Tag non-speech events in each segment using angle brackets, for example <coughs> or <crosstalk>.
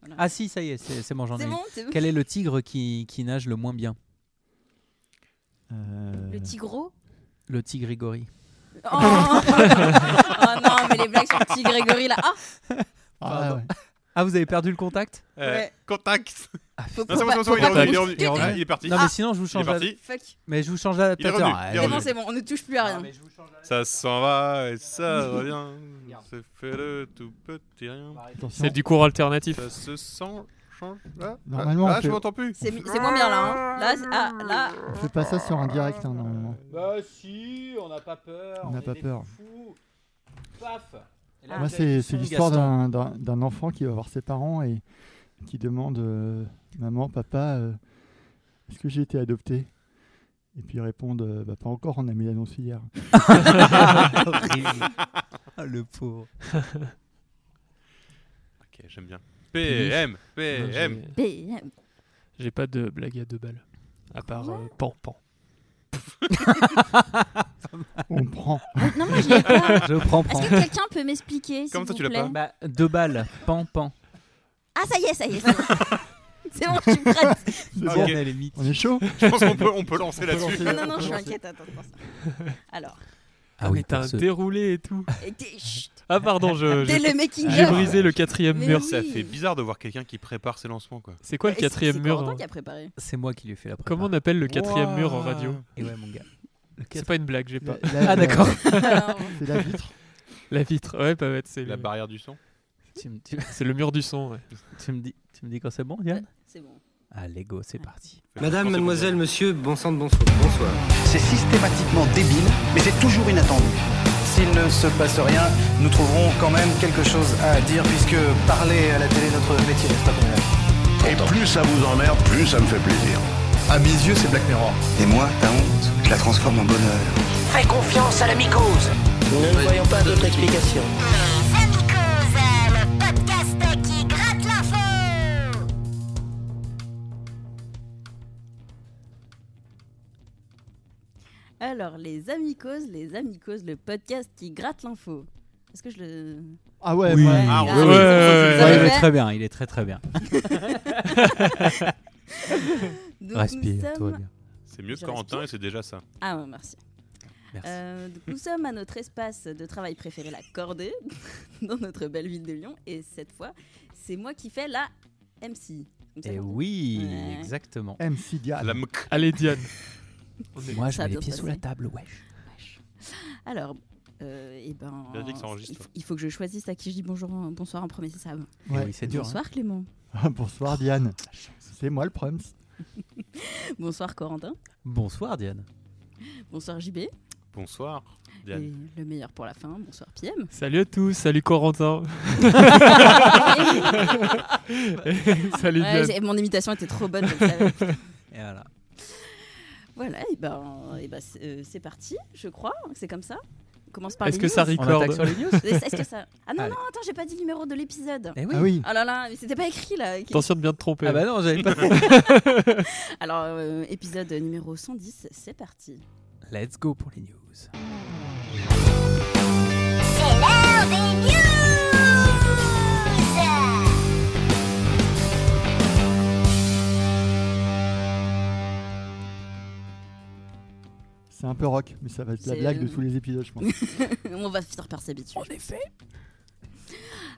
Voilà. Ah si, ça y est, c'est c'est bon, j'en ai c'est une. bon, c'est bon. Quel est le tigre qui, qui nage le moins bien Euh, Le <laughs> tigreau Le tigre Igori. oh, <laughs> Oh non, mais les blagues sur le petit Grégory là. Ah, Ah, pardon. ouais. Ah, vous avez perdu le contact Euh, Ouais. <laughs> Contact faut, Non, faut c'est bon, pas- c'est bon, faut il est pas qu'on revenu, il est bouge. revenu, il est revenu, il est parti. Non, Ah. mais sinon, je vous Il est change la... parti. Fuck. Mais je vous change Ah, Il est l'adaptateur. revenu, il est C'est Allez. bon, revenu. c'est bon, on ne touche plus à Ah, rien. Ça s'en va et ça revient. Ça fait le tout petit rien. Attention. C'est du cours alternatif. Ça se sent. Change là Normalement, Ah, on ah, je fait- m'entends plus. C'est mi- c'est moins bien là. hein. Là, c'est- ah, là. On fait pas ça sur un direct, hein, normalement. Bah si, on n'a pas peur. Ah, On n'a est pas des peur. fous. Paf Et Ah, là, Moi, vous avez c'est le c'est son, l'histoire <laughs> Gaston. d'un- d'un d'un enfant qui va voir ses parents et qui demande euh, Maman, papa, euh, est-ce que j'ai été adopté Et puis ils répondent euh, Bah, Pas encore, on a mis l'annonce <laughs> hier. Ah, le pauvre. Ok, j'aime bien. PM, Non, PM. j'ai- BM. J'ai pas de blague à deux balles. À part euh, pan pan. on prend. Non, moi je l'ai pas. Je prends, prends. Est-ce que quelqu'un peut m'expliquer s'il Comment ça, vous tu l'as plaît pas Bah, deux balles, pan pan. Ah, ça y est, ça y est. ça y est. <laughs> C'est bon, je suis prête. C'est Ok. bon, On est limite. on est chaud Je pense qu'on peut, on peut lancer peut là-dessus. lancer. Non, non, non, je suis Comment inquiète. Attends, attends. attends. Alors, Ah oui, mais t'as pour un ce- déroulé et tout. et t'es- chut, Ah pardon, je. dès j'ai- le making J'ai of. brisé le quatrième Mais mur. oui. Ça fait bizarre de voir quelqu'un qui prépare ses lancements quoi. C'est quoi le Et c'est- quatrième c'est mur Corentin hein qui a <laughs> préparé. C'est moi qui lui ai fait la prépa. Comment on appelle le quatrième mur en radio Et ouais, mon gars. Le C'est quatrième- pas une blague, j'ai pas. La- la- Ah d'accord. Alors, C'est la vitre. La vitre, ouais, pas bête, c'est La le... barrière du son. <laughs> tu, me, tu- c'est le mur du son. ouais. tu me dis, tu me dis quand c'est bon, Yann C'est bon. Allez, go, Ah, Ah. c'est parti. Madame, mademoiselle, monsieur, bon sang de bonsoir. Bonsoir. C'est systématiquement débile, mais c'est toujours inattendu. S'il ne se passe rien, nous trouverons quand même quelque chose à dire, puisque parler à la télé, notre métier n'est pas comme Et plus ça vous emmerde, plus ça me fait plaisir. À mes yeux, c'est Black Mirror. Et moi, ta honte, je la transforme en bonheur. Fais confiance à la mycose. Ne voyons pas d'autre explication. le podcast qui gratte l'info. Alors, les amicoses, les amicoses, le podcast qui gratte l'info. Est-ce que je le. Ah ouais, Oui. moi- Ah, Ah, ouais, oui, ça, ouais, ouais, ça, ça, Ouais, ça, il ça. est très bien, il est très très bien. Donc, nous Respire, tout sommes- va bien. C'est mieux que Je Corentin respire. et c'est déjà ça. Ah, ouais, merci. Merci. Euh, donc, nous sommes à notre espace de travail préféré, la Cordée, <laughs> dans notre belle ville de Lyon. Et cette fois, c'est moi qui fais la MC. Comme ça, Et on dit. Eh oui, Ouais. exactement. MC Diane. La mc. Allez, Diane. Moi, je Ça mets a les bien pieds sous la passé. table, wesh. Wesh. Alors, euh, eh ben, Vérifie que ça enregistre, il, faut, toi. il faut que je choisisse à qui je dis bonjour, bonsoir en premier, c'est ça. Ouais. Oui, c'est dur. Ah, hein. bonsoir Clément, <laughs> Bonsoir Diane. C'est moi le Prums. bonsoir Corentin, Bonsoir, Diane. bonsoir JB, et Bonsoir. Diane. le meilleur pour la fin, bonsoir PM. Salut à tous, salut Corentin. <laughs> salut Ouais, Diane. j'ai- mon imitation était trop bonne, je le savais. Et voilà. <laughs> Voilà, et ben, et ben c'est euh, c'est parti, je crois, hein, c'est comme ça. On commence par Est-ce les que ça news. On record attaque sur les news Est-ce que ça Ah non Allez. non, attends, j'ai pas dit le numéro de l'épisode. Eh oui. Ah oui. Oh là là, mais c'était pas écrit là. Attention de bien te tromper. Ah bah non, <laughs> j'avais pas. Alors euh, épisode numéro 110, c'est parti. Let's go pour les news. C'est l'heure des news. C'est un peu rock, mais ça va être la C'est- blague de tous les épisodes, je pense. On va finir par s'habituer. En effet.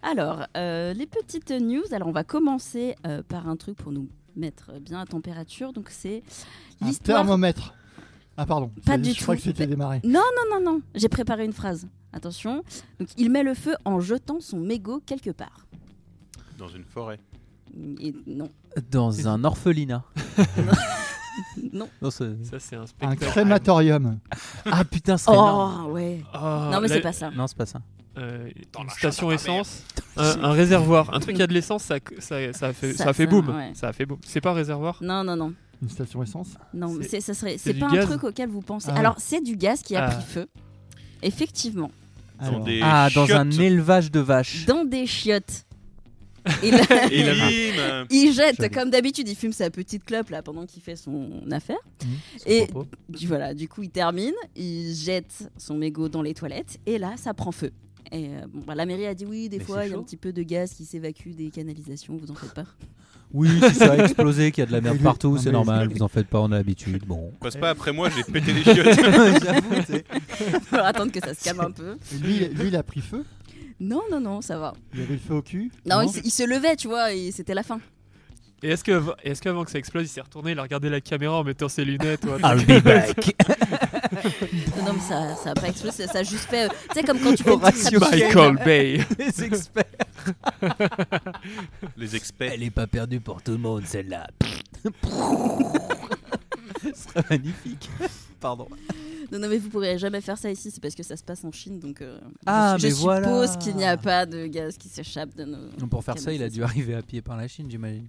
Alors, euh, les petites news. Alors, on va commencer euh, par un truc pour nous mettre bien à température. Donc, c'est Un l'histoire. Non, thermomètre. Ah pardon. Pas Ça- du je crois tout. que c'était Mais- démarré. non, non. J'ai préparé une phrase. Attention. Donc, il met le feu en jetant son mégot quelque part. Dans une forêt. Et non, Dans un orphelinat. non. Dans ce- <laughs> Ça, c'est un Un spectacle. crématorium. Ah putain, c'est Oh, énorme. ouais. Ah, non, mais la- c'est pas ça. Non, c'est pas ça. euh, Dans une la station chatte à ta mère. essence, un, un réservoir, un truc qui a de l'essence, ça, ça, ça fait, Ça ça, fait fait- boum. ouais. Ça fait boum. C'est pas réservoir Non, non, non. Une station essence. Non, C'est- c'est ça serait. C'est du pas un gaz truc auquel vous pensez. Ah. Alors, c'est du gaz qui a Ah. pris feu. Effectivement, Dans Alors, des Ah, dans un chiottes. élevage de vaches. dans des chiottes. Et là- Et la lime. Il jette, Joli. comme d'habitude, il fume sa petite clope là pendant qu'il fait son affaire. Mmh. Son Et propos. du- voilà, du coup, il termine, il jette son mégot dans les toilettes et là, ça prend feu. Et euh, bon, bah, la mairie a dit oui, des Mais fois, c'est il y a un chaud. petit peu de gaz qui s'évacue des canalisations, vous en faites pas. <laughs> Oui, si ça a explosé, qu'il y a de <laughs> la merde Mais- partout, non, c'est mais- normal, vous en fêtes pas, on a l'habitude. Bon. Passe pas après moi, j'ai pété les chiottes. J'avoue, tu sais. Faut attendre que ça se calme un peu. Et Lui, il a- lui, il a pris feu. Non, non, non, ça va. Il avait le feu au cul. Non, il, s- il se levait, tu vois, et c'était la fin. Et est-ce que, est-ce qu'avant que ça explose, il s'est retourné, il a regardé la caméra en mettant ses lunettes <laughs> ou un truc I'll be <laughs> back. Non, non, mais ça, ça a pas explosé, ça a juste fait. euh, Tu sais, <laughs> comme quand tu fais une petite Horatio traduction. Michael Bay. Les experts. Les experts. Elle est pas perdue pour tout le monde, <laughs> celle-là. Ce serait magnifique. Pardon. Non, non, mais vous pourrez jamais faire ça ici, c'est parce que ça se passe en Chine, donc. euh, Ah, je mais suppose voilà. qu'il n'y a pas de gaz qui s'échappe de nos. Pour faire ça, il a dû arriver à pied par la Chine, j'imagine.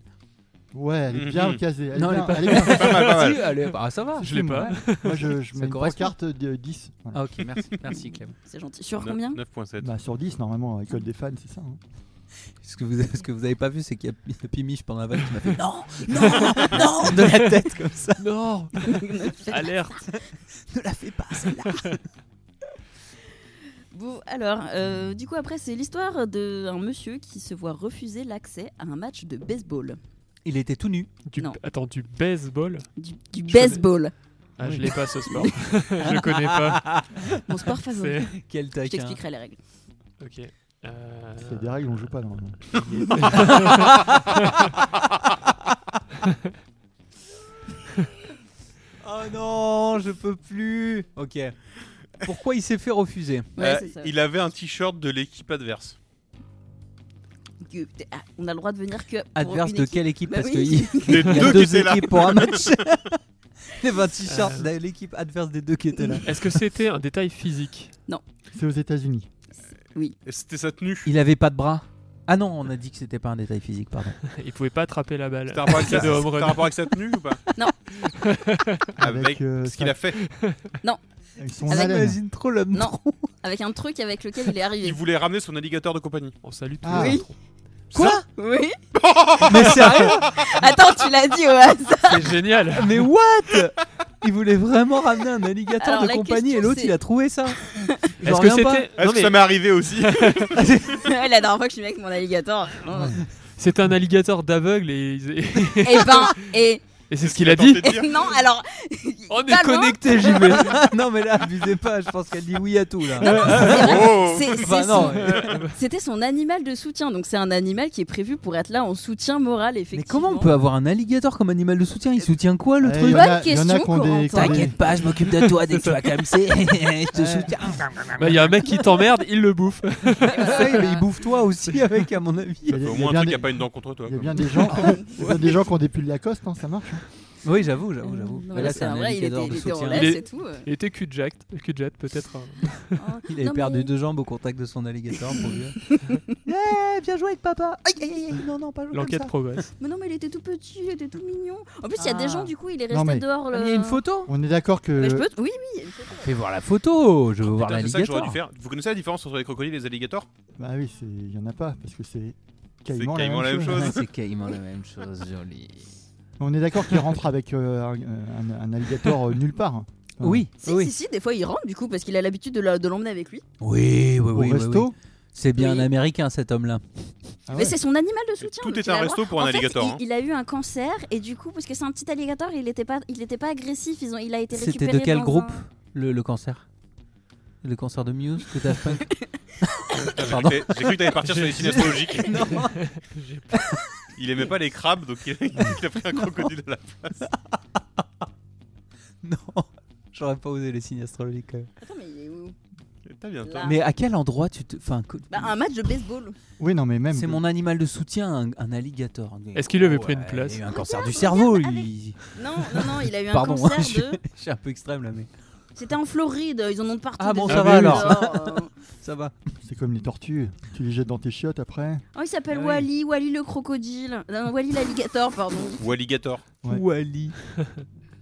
Ouais, elle est bien Mhm. casée. Elle Non, est elle bien, est pas- elle <laughs> est bien. Pas mal, pas mal. Si, allez, bah, ça va. Je l'ai pas. Moi, je, je Ça mets une correspond. carte de 10. Voilà. Ah, ok, merci, merci Clem. C'est gentil. Sur combien 9.7. Bah, sur 10, normalement, à l'école des fans, c'est ça. hein. Ce que vous, ce que vous avez pas vu, c'est qu'il y a Pi- Pimiche pendant la vanne qui m'a fait non, <laughs> non, non de la tête comme ça. Non Alerte Ne la fais pas, celle-là. Bon, alors, euh, du coup, après, c'est l'histoire d'un monsieur qui se voit refuser l'accès à un match de baseball. Il était tout nu. du, Non. Attends, du baseball Du, du Je connais. baseball. ah, Je l'ai pas ce <laughs> sport. je connais pas. Mon sport favori. C'est... Quel Je taquin. t'expliquerai les règles. <laughs> Ok. Euh, C'est des règles, on joue pas normalement. Oh non, je peux plus. Ok. Pourquoi il s'est fait refuser Ouais, Euh, c'est ça. il avait un t-shirt de l'équipe adverse. Que- ah, on a le droit de venir que. pour Adverse une de équipe. quelle équipe Bah Parce oui. qu'il Les y a deux, deux, qui étaient là. équipes pour un <laughs> match. Les 26 shorts Euh. de l'équipe adverse des deux qui étaient là. <laughs> Est-ce que c'était un détail physique C'est aux États-Unis. C'était sa tenue. Il avait pas de bras. Ah non, on a dit que c'était pas un détail physique, pardon. Il pouvait pas attraper la balle. C'était un rapport avec sa- de home c'était un run. rapport avec sa tenue ou pas Non. <laughs> Avec, euh, ce qu'il sa- a fait. avec son Avec- haleine. J'imagine trop l'homme. Non, avec un truc avec lequel il est Il arrivé. voulait ramener son alligator de compagnie. On salue tous Ah. les Oui. patrons. Quoi Oui. <laughs> Mais sérieux Attends, tu l'as dit au hasard. Ah, C'est génial Mais what Il voulait vraiment ramener un alligator Alors, de la compagnie et question, l'autre c'est- il a trouvé ça. Est-ce que c'était. Est-ce Non, que ça mais m'est arrivé aussi La dernière fois que je suis venu avec mon alligator. hein. C'était un alligator d'aveugle <laughs> et, ils- Eh ben, et. et c'est ce qu'il a Attends, dit. t'es dire. Non, alors. On est pas loin. Connecté, j'y vais. <laughs> non mais là, abusez pas, je pense qu'elle dit oui à tout là. Oh <laughs> C'est- c'est Enfin, son- Bah non, C'était son animal de soutien, donc c'est un animal qui est prévu pour être là en soutien moral, Mais effectivement. comment on peut avoir un alligator comme animal de soutien Il soutient quoi le Eh, truc y en a- Bonne y en a question, qui ont des- qui ont Corentin. des- T'inquiète pas, je m'occupe de toi dès que tu vas comme <laughs> c'est. je te soutiens. Bah, Il y a un mec qui t'emmerde, il <laughs> le bouffe. Ouais, mais il bouffe toi aussi avec, à mon avis. Il y a- Au il y a moins un bien truc des- qui a pas une dent contre toi. Il y a quoi. bien des <laughs> gens, il y a bien des gens qui ont des pulls Lacoste, hein, ça marche. hein. Oui, j'avoue, j'avoue, Oh, j'avoue. Euh, Bah Non, Mais là, c'est un vrai, il était, il était en Il laisse est- et tout. euh. Il était cul-jack, cul-jet peut-être. hein. Oh, Il avait non, mais- perdu deux jambes au contact de son alligator, pour <laughs> vieux. Eh, viens jouer avec papa. Aïe, aïe, aïe, aïe, non, non, pas jouer comme L'enquête ça. progresse. Mais non, mais il était tout petit, il était tout mignon. En plus, il y a Ah. des gens, du coup, il est resté Non, mais- dehors. Ah, mais le- Il y a une Oh photo. On est d'accord que Mais je peux... Oui, oui, il y a une photo. Fais voir la photo. Je veux voir Putain, C'est ça que j'aurais dû l'alligator. faire. Vous connaissez la différence entre les crocodiles et les alligators Bah oui, c'est- il y en a pas parce que c'est quasiment quasiment la même chose. Ouais, Ah, C'est quasiment la même chose, joli. <laughs> On est d'accord qu'il rentre avec euh, un, un- un alligator euh, nulle part. hein. Enfin, Oui, Si, si, oui, si, des fois, il rentre, du coup, parce qu'il a l'habitude de la- de l'emmener avec lui. oui, oui, Au oui, oui, resto. oui. C'est bien Oui. un américain cet homme-là. Ah Mais ouais. c'est son animal de soutien. Tout donc est il un a le resto droit. pour un En fait, alligator, il- hein. il, a eu un cancer et du coup, parce que c'est un petit alligator, il n'était pas, il était pas agressif. Ils ont, il a été récupéré. C'était de quel dans groupe un- le, le cancer Le cancer de Muse que <laughs> t'as Punk Putain, Ah, J'ai Pardon. cru que j'ai cru que t'allais partir sur les signes astrologiques. Non, <laughs> Il aimait pas les crabes, donc il il a pris un crocodile à la non. J'aurais pas osé les signes astrologiques. quand même. Attends, mais il est où T'as bien Là. tort. Mais à quel endroit tu te. Enfin, co- Ah. Bah, Un match de baseball. Oui, non, mais même. c'est mon animal de soutien, un, un alligator. Est-ce qu'il avait pris une Ouais, place Il a eu un cancer du cerveau. regarde, il- Non, non, non, il a eu un Pardon, hein, cancer je suis- de. <laughs> je suis un peu extrême là, mais C'était en Floride. Ils en ont de partout. Ah bon, des ça alligators, euh. ça va. C'est comme les tortues. Tu les jettes dans tes chiottes après. Oh, il s'appelle Ah oui. Wally, Wally le crocodile. Non, Wally l'alligator, pardon. Ou alligator. Ouais. Wally.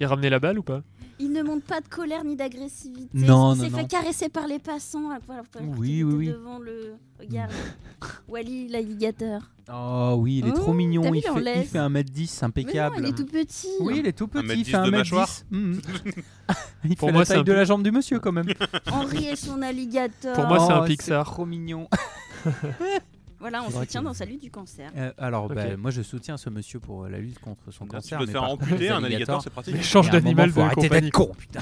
Il ramenait la balle ou pas Il ne montre pas de colère ni d'agressivité. Non, Il non, s'est fait non. caresser par les passants. alors, voilà, alors Oui, qu'il oui, était oui. Devant le. <laughs> Regarde. Wally, l'alligator. Oh oui, il est trop Oh, mignon. t'as vu, Il on fait, il laisse. fait 1m10, impeccable. Mais non, il est tout petit. Oui, il est tout petit, il 1m10 fait 1m10. de mâchoire. <laughs> Mhm. <laughs> il Pour fait moi, la c'est taille un de peu- la jambe du monsieur quand même. Henri et son alligator. Pour moi, c'est un Oh, Pixar. trop <laughs> mignon. Voilà, on C'est vrai soutient que- dans sa lutte du cancer. Euh, alors, Ok. bah, moi, je soutiens ce monsieur pour euh, la lutte contre son Tu cancer. peux te mais faire par contre, amputer les un alligators, alligator, c'est pratique. L'échange il y a un moment, d'animal faut de arrêter d'être compagnie. con, putain.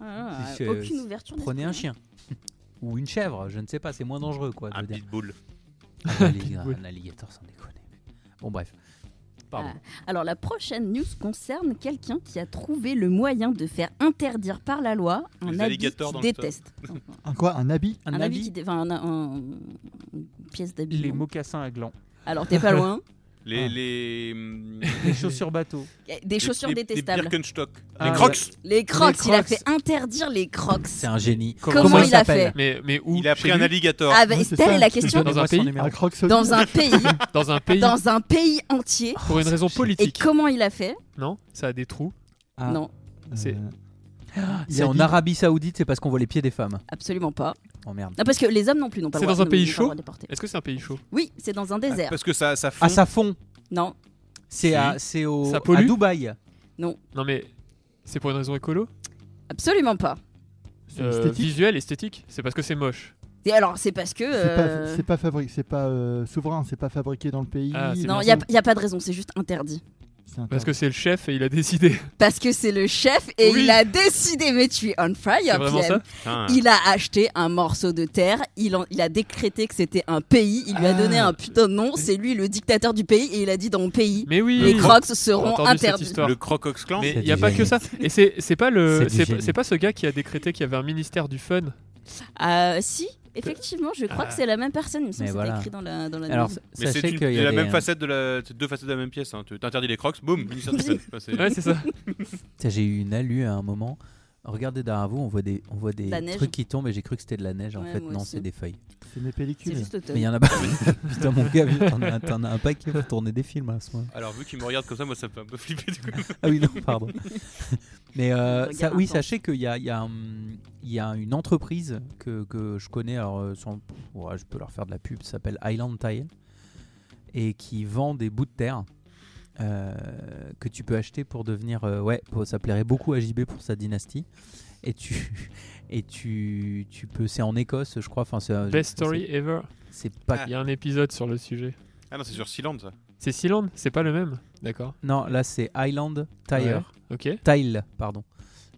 Ah, C'est- aucune ouverture. Prenez un d'esprit. chien. <laughs> Ou une chèvre, je ne sais pas, c'est moins dangereux quoi. Un de dire. pitbull. Un <laughs> alli- un alligator, sans déconner. Bon, bref. Pardon. Alors la prochaine news concerne quelqu'un qui a trouvé le moyen de faire interdire par la loi un Les habit alligators qu'il dans le déteste. Un quoi Un habit un, habit, qui dé- enfin, un- un- une pièce d'habit. Les mocassins à gland. Alors t'es pas loin. Les. Ah. Les, Les chaussures bateau. Eh, Des chaussures les- les- détestables. Les Birkenstock. Ah, les Crocs. Les crocs, Les il a Crocs. fait interdire les crocs. C'est un génie. Comment, Comment il, il a s'appelle fait Mais, mais où Il a Chez pris un lui alligator. ah, bah, Oui, c'est Telle ça. est la <laughs> question. Dans un pays. Un croc solide Dans un pays, Dans un pays dans un pays entier. pour une raison Et politique. comment il a fait Non Ça a des trous. Ah. Non, c'est- Euh, il C'est a en dit- Arabie Saoudite, c'est parce qu'on voit les pieds des femmes. absolument pas. Oh merde. Ah, parce que les hommes non plus n'ont pas le C'est droit dans un n'ont pays pas le chaud droit de déporter. Est-ce que c'est un pays chaud Oui, c'est dans un désert. Parce que ça, ça fond. Ah, ça fond. Non, C'est Si. à, c'est au, Ça à pollue Dubaï. Non, mais c'est pour une raison écolo absolument pas. c'est Euh, esthétique. Visuelle, esthétique C'est parce que c'est moche. Et alors, c'est parce que. C'est pas, euh, c'est pas fabriqué, c'est pas euh, souverain, c'est pas fabriqué dans le pays. Ah, c'est Non, bien il n'y a, y a pas de raison, c'est juste interdit. C'est un Parce terme. que c'est le chef et il <laughs> a décidé. Parce que c'est le chef et Oui. il a décidé, mais tu es on C'est fire, vraiment ça PM. Putain. Il a acheté un morceau de terre, il, en- il a décrété que c'était un pays, il lui a Ah. donné un putain de nom, c'est lui le dictateur du pays et il a dit dans mon pays, Mais oui les crocs J'ai seront entendu cette interdits. histoire. Le Crocox Clan. Mais C'est il n'y a du pas génie. que ça. Et c'est c'est pas le C'est du c'est pas- génie. c'est pas ce gars qui a décrété qu'il y avait un ministère du fun. <laughs> Ah, si, effectivement, je crois Ah. que c'est la même personne, il me semble Mais que c'est voilà. écrit dans la, dans la Alors, news. Mais c'est sachez une- qu'il y c'est a la des- même facette de la, c'est deux facettes de la même pièce. Hein. Tu t'interdis les crocs, boum, ministère du Fun. Enfin, c'est- Ouais, c'est ça. Tiens, euh, J'ai eu une alu à un moment. Regardez derrière vous, on voit des, on voit des La neige. trucs qui tombent et j'ai cru que c'était de la neige. En Ouais, fait, moi non, aussi. c'est des feuilles. C'est mes C'est pellicules. juste Mais il y en automne. a pas. <laughs> Putain, mon gars, vu, t'en as, t'en as un paquet pour tourner des films à ce moment. Alors, vu qu'il me regarde comme ça, moi ça me fait un peu flipper du coup. Ah oui, non, pardon. Mais euh, Regard ça, oui, intense. sachez qu'il y a, il y a, hum, il y a une entreprise que, que je connais, alors euh, sans- ouais, je peux leur faire de la pub, ça s'appelle Island Tile, et qui vend des bouts de terre euh, que tu peux acheter pour devenir... euh, ouais, pour- ça plairait beaucoup à JB pour sa dynastie. Et tu... <laughs> Et tu, tu peux... C'est en Écosse, je crois. Enfin, c'est un- Best c'est- story ever. C'est pas... Il y a un épisode sur le sujet. Ah non, c'est sur Sealand ça. C'est Sealand, c'est pas le même. D'accord. Non, là, c'est Island Tire. Ok. Tile, pardon.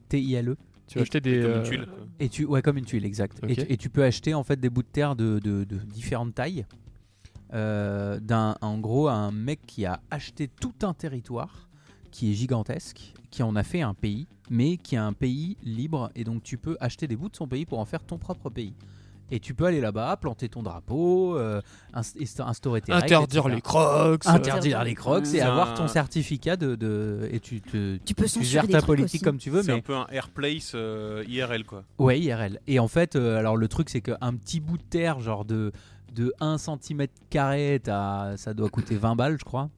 T-I-L-E. Tu vas acheter des. Comme une euh, tuile. Et tu, ouais, comme une tuile, exact. Et Ok. tu- Et, tu peux acheter en fait des bouts de terre de, de- de différentes tailles. euh, d'un, en gros, un mec qui a acheté tout un territoire qui est gigantesque, qui en a fait un pays, mais qui est un pays libre. Et donc, tu peux acheter des bouts de son pays pour en faire ton propre pays. Et tu peux aller là-bas, planter ton drapeau, euh, inst- inst- instaurer tes règles, Interdire etc. les crocs. euh, Interdire les crocs et C'est avoir un- ton certificat de, de- et tu te Tu peux tu censurer gères des ta trucs politique aussi. comme tu veux C'est mais un peu un Airplace euh, IRL quoi. Ouais, IRL. Et en fait, euh, alors le truc, c'est qu'un petit bout de terre, genre de, de 1 cm, ça doit coûter 20 balles, je crois.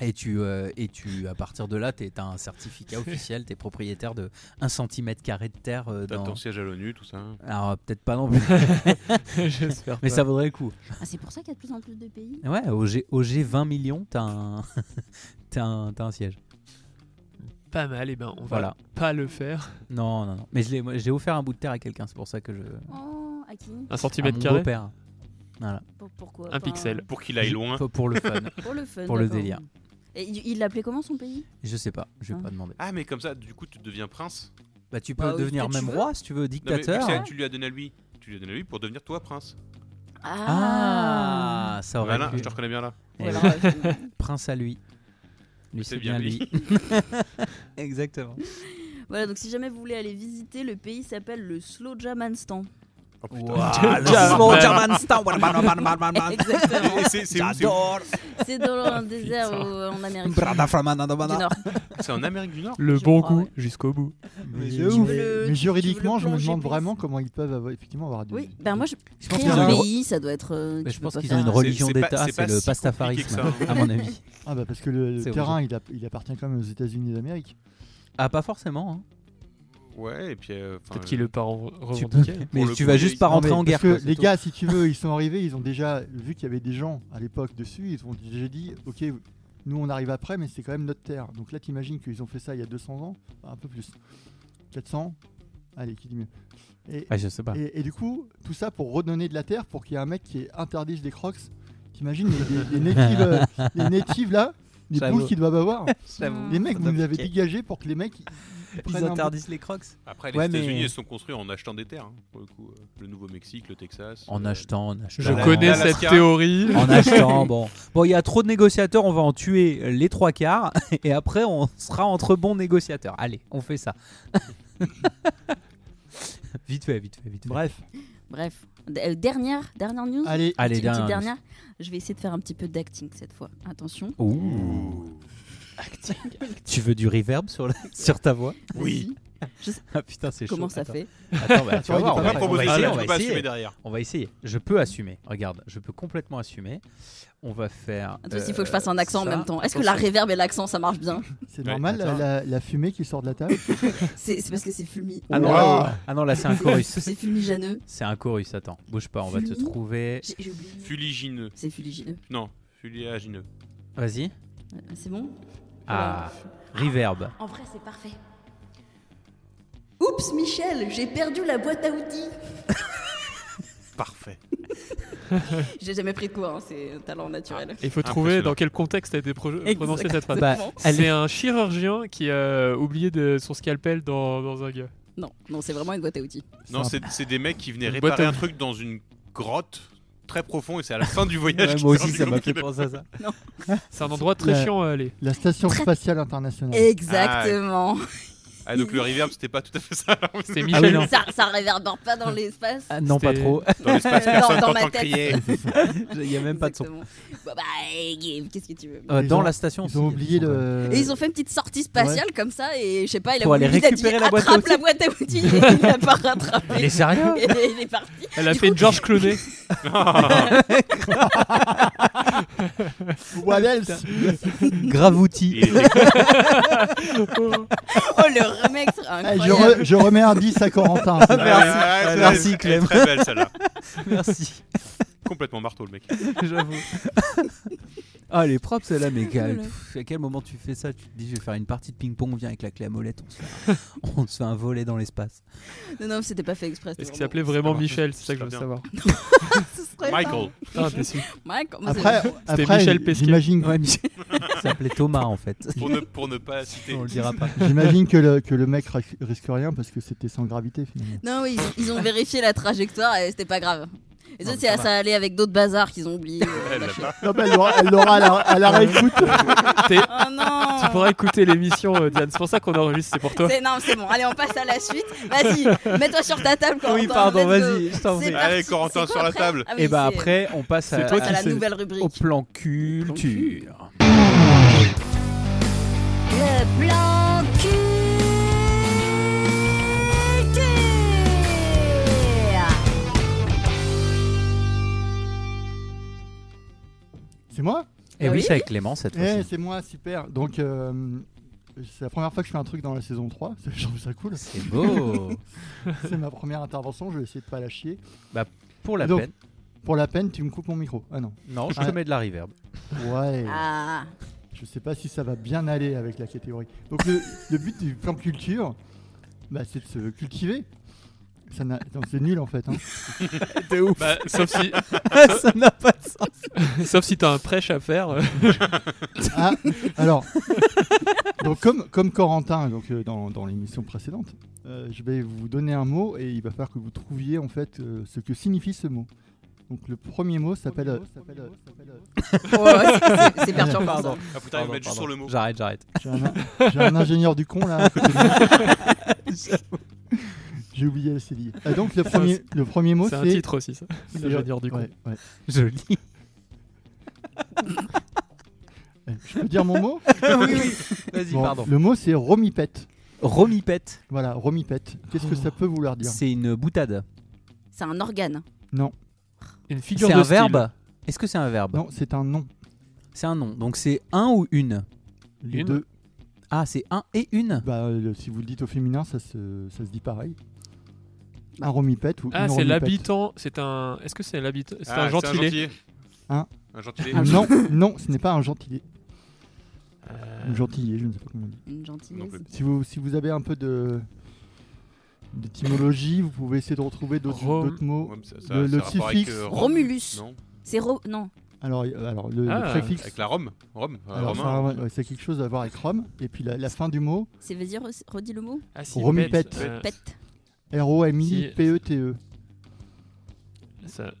Et tu, euh, et tu à partir de là, tu as un certificat officiel, tu es propriétaire de 1 cm de terre. euh, T'as dans- ton siège à l'ONU, tout ça. Alors, euh, peut-être pas non plus, <laughs> <laughs> J'espère. mais pas. ça vaudrait le coup. Ah, c'est pour ça qu'il y a de plus en plus de pays. Ouais, au G, au G 20 millions, tu as, un... <laughs> t'as un, t'as un siège. Pas mal, et ben on va Voilà. pas le faire. Non, non, non. Mais je l'ai- moi, j'ai offert un bout de terre à quelqu'un, c'est pour ça que je. Oh, à qui Un à mon centimètre carré. beau-père. Voilà. Pour- Pourquoi Un Enfin, pixel. Pour qu'il aille loin. Pour- Pour le fun. Pour le fun. Pour le d'accord. délire. Et il il l'appelait comment son pays je sais pas, je vais Ah. pas demander. Ah, mais comme ça, du coup, tu deviens prince. Bah, tu peux Bah, ou ce devenir que tu même veux. roi si tu veux, Non, mais vu que dictateur. hein. c'est- tu lui as donné à lui. Tu lui as donné à lui pour devenir toi prince. Ah, ça aurait Malin, pu. je te reconnais bien là. Eh Ou alors, oui, euh, <laughs> Prince à lui. Lui, C'est bien lui. <laughs> Exactement. Voilà, donc si jamais vous voulez aller visiter, le pays s'appelle le Slojamanstan. Oh, putain. Ah, Wouah, le German. slow German style. <laughs> Wouah, wouah, wouah, wouah, wouah, wouah. Exactement. Et c'est- C'est où, c'est où J'adore. C'est dans un désert Putain. au- en Amérique du Brada framana da bana. Nord. <laughs> C'est en Amérique du Nord Le Je bon crois, goût ouais. jusqu'au bout. Mais, c'est mais- ouf. mais Tu veux le- juridiquement, tu je veux le me plan demande GPS? vraiment comment ils peuvent avoir, effectivement avoir du. Oui, ben moi je Je pense crée qu'ils un ont une- pays, ça doit être. euh, mais tu je peux pense pas qu'ils faire ont une un- religion c'est pas- d'État, c'est c'est pas le si pastafarisme, compliqué que ça, hein. <laughs> à mon avis. Ah bah parce que le, le C'est terrain, il, a- il appartient quand même aux États-Unis d'Amérique. Ah, pas forcément. hein. Ouais, et puis. euh, 'fin, Peut-être qu'il est pas re- Tu revendiqué. peux- Mais Pour le tu coup, vas les- juste pas Non, rentrer mais en guerre. Parce que quoi, c'est les tout. gars, si <laughs> tu veux, ils sont arrivés, ils ont déjà vu qu'il y avait des gens à l'époque dessus, ils ont déjà dit, ok, nous on arrive après, mais c'est quand même notre terre. Donc là, t'imagines qu'ils ont fait ça il y a 200 ans, un peu plus, 400, allez, qui dit mieux. Et, Ah, je sais pas. et, et du coup, tout ça pour redonner de la terre, pour qu'il y ait un mec qui interdise des crocs. T'imagines les, les- les <laughs> natives, euh, les natives, là, les J'avoue. boules qu'ils doivent avoir. J'avoue. Les mecs, Ça vous doit nous avez piquer. dégagés pour que les mecs ils- ils prennent un bout. les crocs Après, les Ouais, États-Unis, mais- ils sont construits en achetant des terres, hein, pour le coup. euh, Le Nouveau-Mexique, le Texas. En euh, achetant, en achetant. Je Bah, connais la- cette l'Alaska. théorie. En achetant, bon. Bon, il y a trop de négociateurs, on va en tuer les trois quarts, <laughs> et après on sera entre bons négociateurs. Allez, on fait ça. <laughs> vite fait, vite fait, vite fait. Bref, Bref, D- euh, dernière, dernière news. allez, Allez, Petite- petite dernière. dernière. Je vais essayer de faire un petit peu d'acting cette fois. Attention. Ouh. tu veux du reverb sur, la- <laughs> sur ta voix Oui. Ah putain, c'est chaud. Comment ça Attends. fait Attends, bah, tu vas voir, on Ouais, il est va, pas mal. on va proposé, essayer, là, on tu va peux pas essayer. assumer derrière. On va essayer. Je peux assumer. Regarde, je peux complètement assumer. On va faire. Attends, euh, il faut que je fasse un accent en ça. même temps. Est-ce que la Attention. réverb et l'accent, ça marche bien c'est Ouais, normal la, attends. la- la fumée qui sort de la table. C'est c'est parce que c'est Fulmi. Ah non, Waouh. là- ah non, là c'est un chorus. C'est fulmigineux. C'est un chorus, attends, bouge pas, on va te Fulmi- trouver. J'ai j'ai oublié. Fuligineux. C'est fuligineux. Non, fuliagineux. Vas-y. Euh, C'est bon Ah, reverb. En vrai, c'est parfait. Oups, Michel, j'ai perdu la boîte à <laughs> outils. Parfait. <laughs> J'ai jamais pris de quoi, hein, c'est un talent naturel. Il faut trouver Impressionnant. dans quel contexte a été pro- prononcée cette phrase. Bah, elle C'est un chirurgien qui a oublié de son scalpel dans, dans un gars. Ah. Non, non, c'est vraiment une boîte à outils. Non, un- c'est c'est des mecs qui venaient Une boîte réparer à- un truc dans une grotte très profonde et c'est à la fin du voyage. Ouais, qu'ils moi se aussi, rendent ça m'a compte fait qu'ils- penser à ça. C'est un endroit très La- chiant à aller. La station spatiale Ah. internationale. Exactement. Ah, donc le reverb, c'était pas tout à fait ça. alors. C'est Ah <laughs> oui, Michel. non. Ça, ça réverbère pas dans l'espace. Ah, non, pas C'était- trop. Dans l'espace, Dans- personne dans ma t'entend tête. <laughs> crier. <laughs> Il n'y a même pas de son. Exactement. Bah, bah, eh, qu'est-ce que tu veux Euh, Ils dans ont- la station. Ils ont aussi, oublié sont- le. Et ils ont fait une petite sortie spatiale comme ça, et je sais pas, il a Euh, Pour voulu aller il a dit, récupérer la boîte à attrape outils. la boîte à outils, et il l'a pas rattrapé. Il est sérieux <laughs> Et il est parti. Elle a Du fait coup- une <laughs> George Clooney. What else Grave outil. Il était- <laughs> Oh, le remake sera Ah, Eh, je, incroyable. re- je remets un 10 <laughs> à Corentin. c'est Ouais, vrai. Merci. ouais, ouais, Merci, elle est Clem. Très belle celle-là. <laughs> Merci. <laughs> Complètement marteau le mec. J'avoue. Ah, elle est propre celle-là, mais quel- Voilà. pff, à quel moment tu fais ça Tu te dis, je vais faire une partie de ping-pong, on vient avec la clé à molette, on se fait un, <laughs> on se fait un volet dans l'espace. Non, non, c'était pas fait exprès. c'était Est-ce qu'il vraiment- s'appelait vraiment marche. Michel C'est ça que je veux Bien. savoir. Ce serait Michael. <laughs> Ah, déçu. pas- Michael, moi, c'est- Après, après Michel Pesquet. j'imagine Ouais, Michel. Ça s'appelait Thomas en fait. Pour ne, pour ne pas <laughs> citer. On le dira pas. j'imagine que, le, que le mec ris- risque rien parce que c'était sans gravité finalement. <laughs> Non, oui, ils ont, ils ont vérifié la trajectoire et c'était pas grave. Et Non, ça, mais c'est ça à- ça allait avec d'autres bazars qu'ils ont oubliés. euh, <laughs> Elle l'a machin. pas. <laughs> Non, bah, elle l'aura- elle l'aura à la, à la réécoute. oh non Tu pourras écouter l'émission, euh, Diane. C'est pour ça qu'on enregistre, c'est pour toi. C'est- Non, c'est bon. Allez, on passe à la suite. Vas-y, mets-toi sur ta table. Corentin, Oui, pardon, let's go. vas-y, je t'en C'est prie. parti. Allez, C'est Corentin, quoi sur la après table. Ah oui, Et bah c'est- après, on passe à, toi à qui la sais. nouvelle au rubrique. plan culture. Le plan culture. C'est moi Et oui, Oui. c'est avec Clément cette Eh, fois-ci. c'est moi, super. Donc, euh, c'est la première fois que je fais un truc dans la saison 3. <laughs> Je trouve ça cool. C'est beau. C'est ma première intervention. Je vais essayer de pas la chier. Pour la Donc- peine. Pour la peine, tu me coupes mon micro. Ah non. Non, je te Ah. mets de la reverb. Ouais. Ah, Je sais pas si ça va bien aller avec la catégorie. Donc le, le but du plan culture, bah, c'est de se cultiver. Ça n'a- non, c'est nul en fait. hein. Bah, sauf si, ça n'a pas de sens. sauf si t'as un prêche à faire. euh, Ah, <laughs> alors, donc comme, comme Corentin donc, euh, dans, dans l'émission précédente, euh, je vais vous donner un mot et il va falloir que vous trouviez en fait euh, ce que signifie ce mot. Donc le premier mot s'appelle... euh, Oh, c'est- c'est- c'est perturbant. Pardon. ça. Ah putain, il Pardon, m'a juste pardon. sur le mot. J'arrête, j'arrête. J'ai un, euh, j'ai un ingénieur du con là. à côté de moi. <laughs> J'ai oublié la cédille. Ah, donc le premier, le premier mot C'est c'est... un titre aussi, ça. c'est- l'ingénieur du con. ouais, ouais. <laughs> Joli. Je peux dire mon mot Ah oui, oui. Vas-y, Bon, pardon. Le mot c'est romipette. Romipette, Voilà, romipette. Qu'est-ce que ça peut vouloir dire c'est une boutade. C'est un organe. Une figure C'est de un style. verbe Est-ce que c'est un verbe Non, c'est un nom. C'est un nom. Donc c'est un ou une Les Une. deux. Ah, c'est un et une Bah, le- si vous le dites au féminin, ça se, ça se dit pareil. Un romipète ou Ah, une c'est romipète. l'habitant. C'est un. Est-ce que c'est l'habitant C'est Ah, un gentilé. Hein un gentilé. Ah, non, non, ce n'est pas un gentilé. Un gentilé, je ne sais pas comment on dit. Une gentillesse. Non plus. Si vous, si vous avez un peu de d'étymologie, vous pouvez essayer de retrouver d'autres Rom- d'autres mots. Ouais, mais ça- ça- Le, ça le a rapport avec, suffixe. euh, Rome, Romulus. Non, C'est Ro... Non. Alors, euh, alors le, le Ah, préfixe. avec la Rome. Rome, euh, alors, Romain. ça a- ouais, c'est quelque chose à voir avec Rome. Et puis la, la fin du mot, C'est vas-y re- redis le mot. Ah, si, Romipète. pète, euh, Pète. R-O-M-I-P-E-T-E. ça,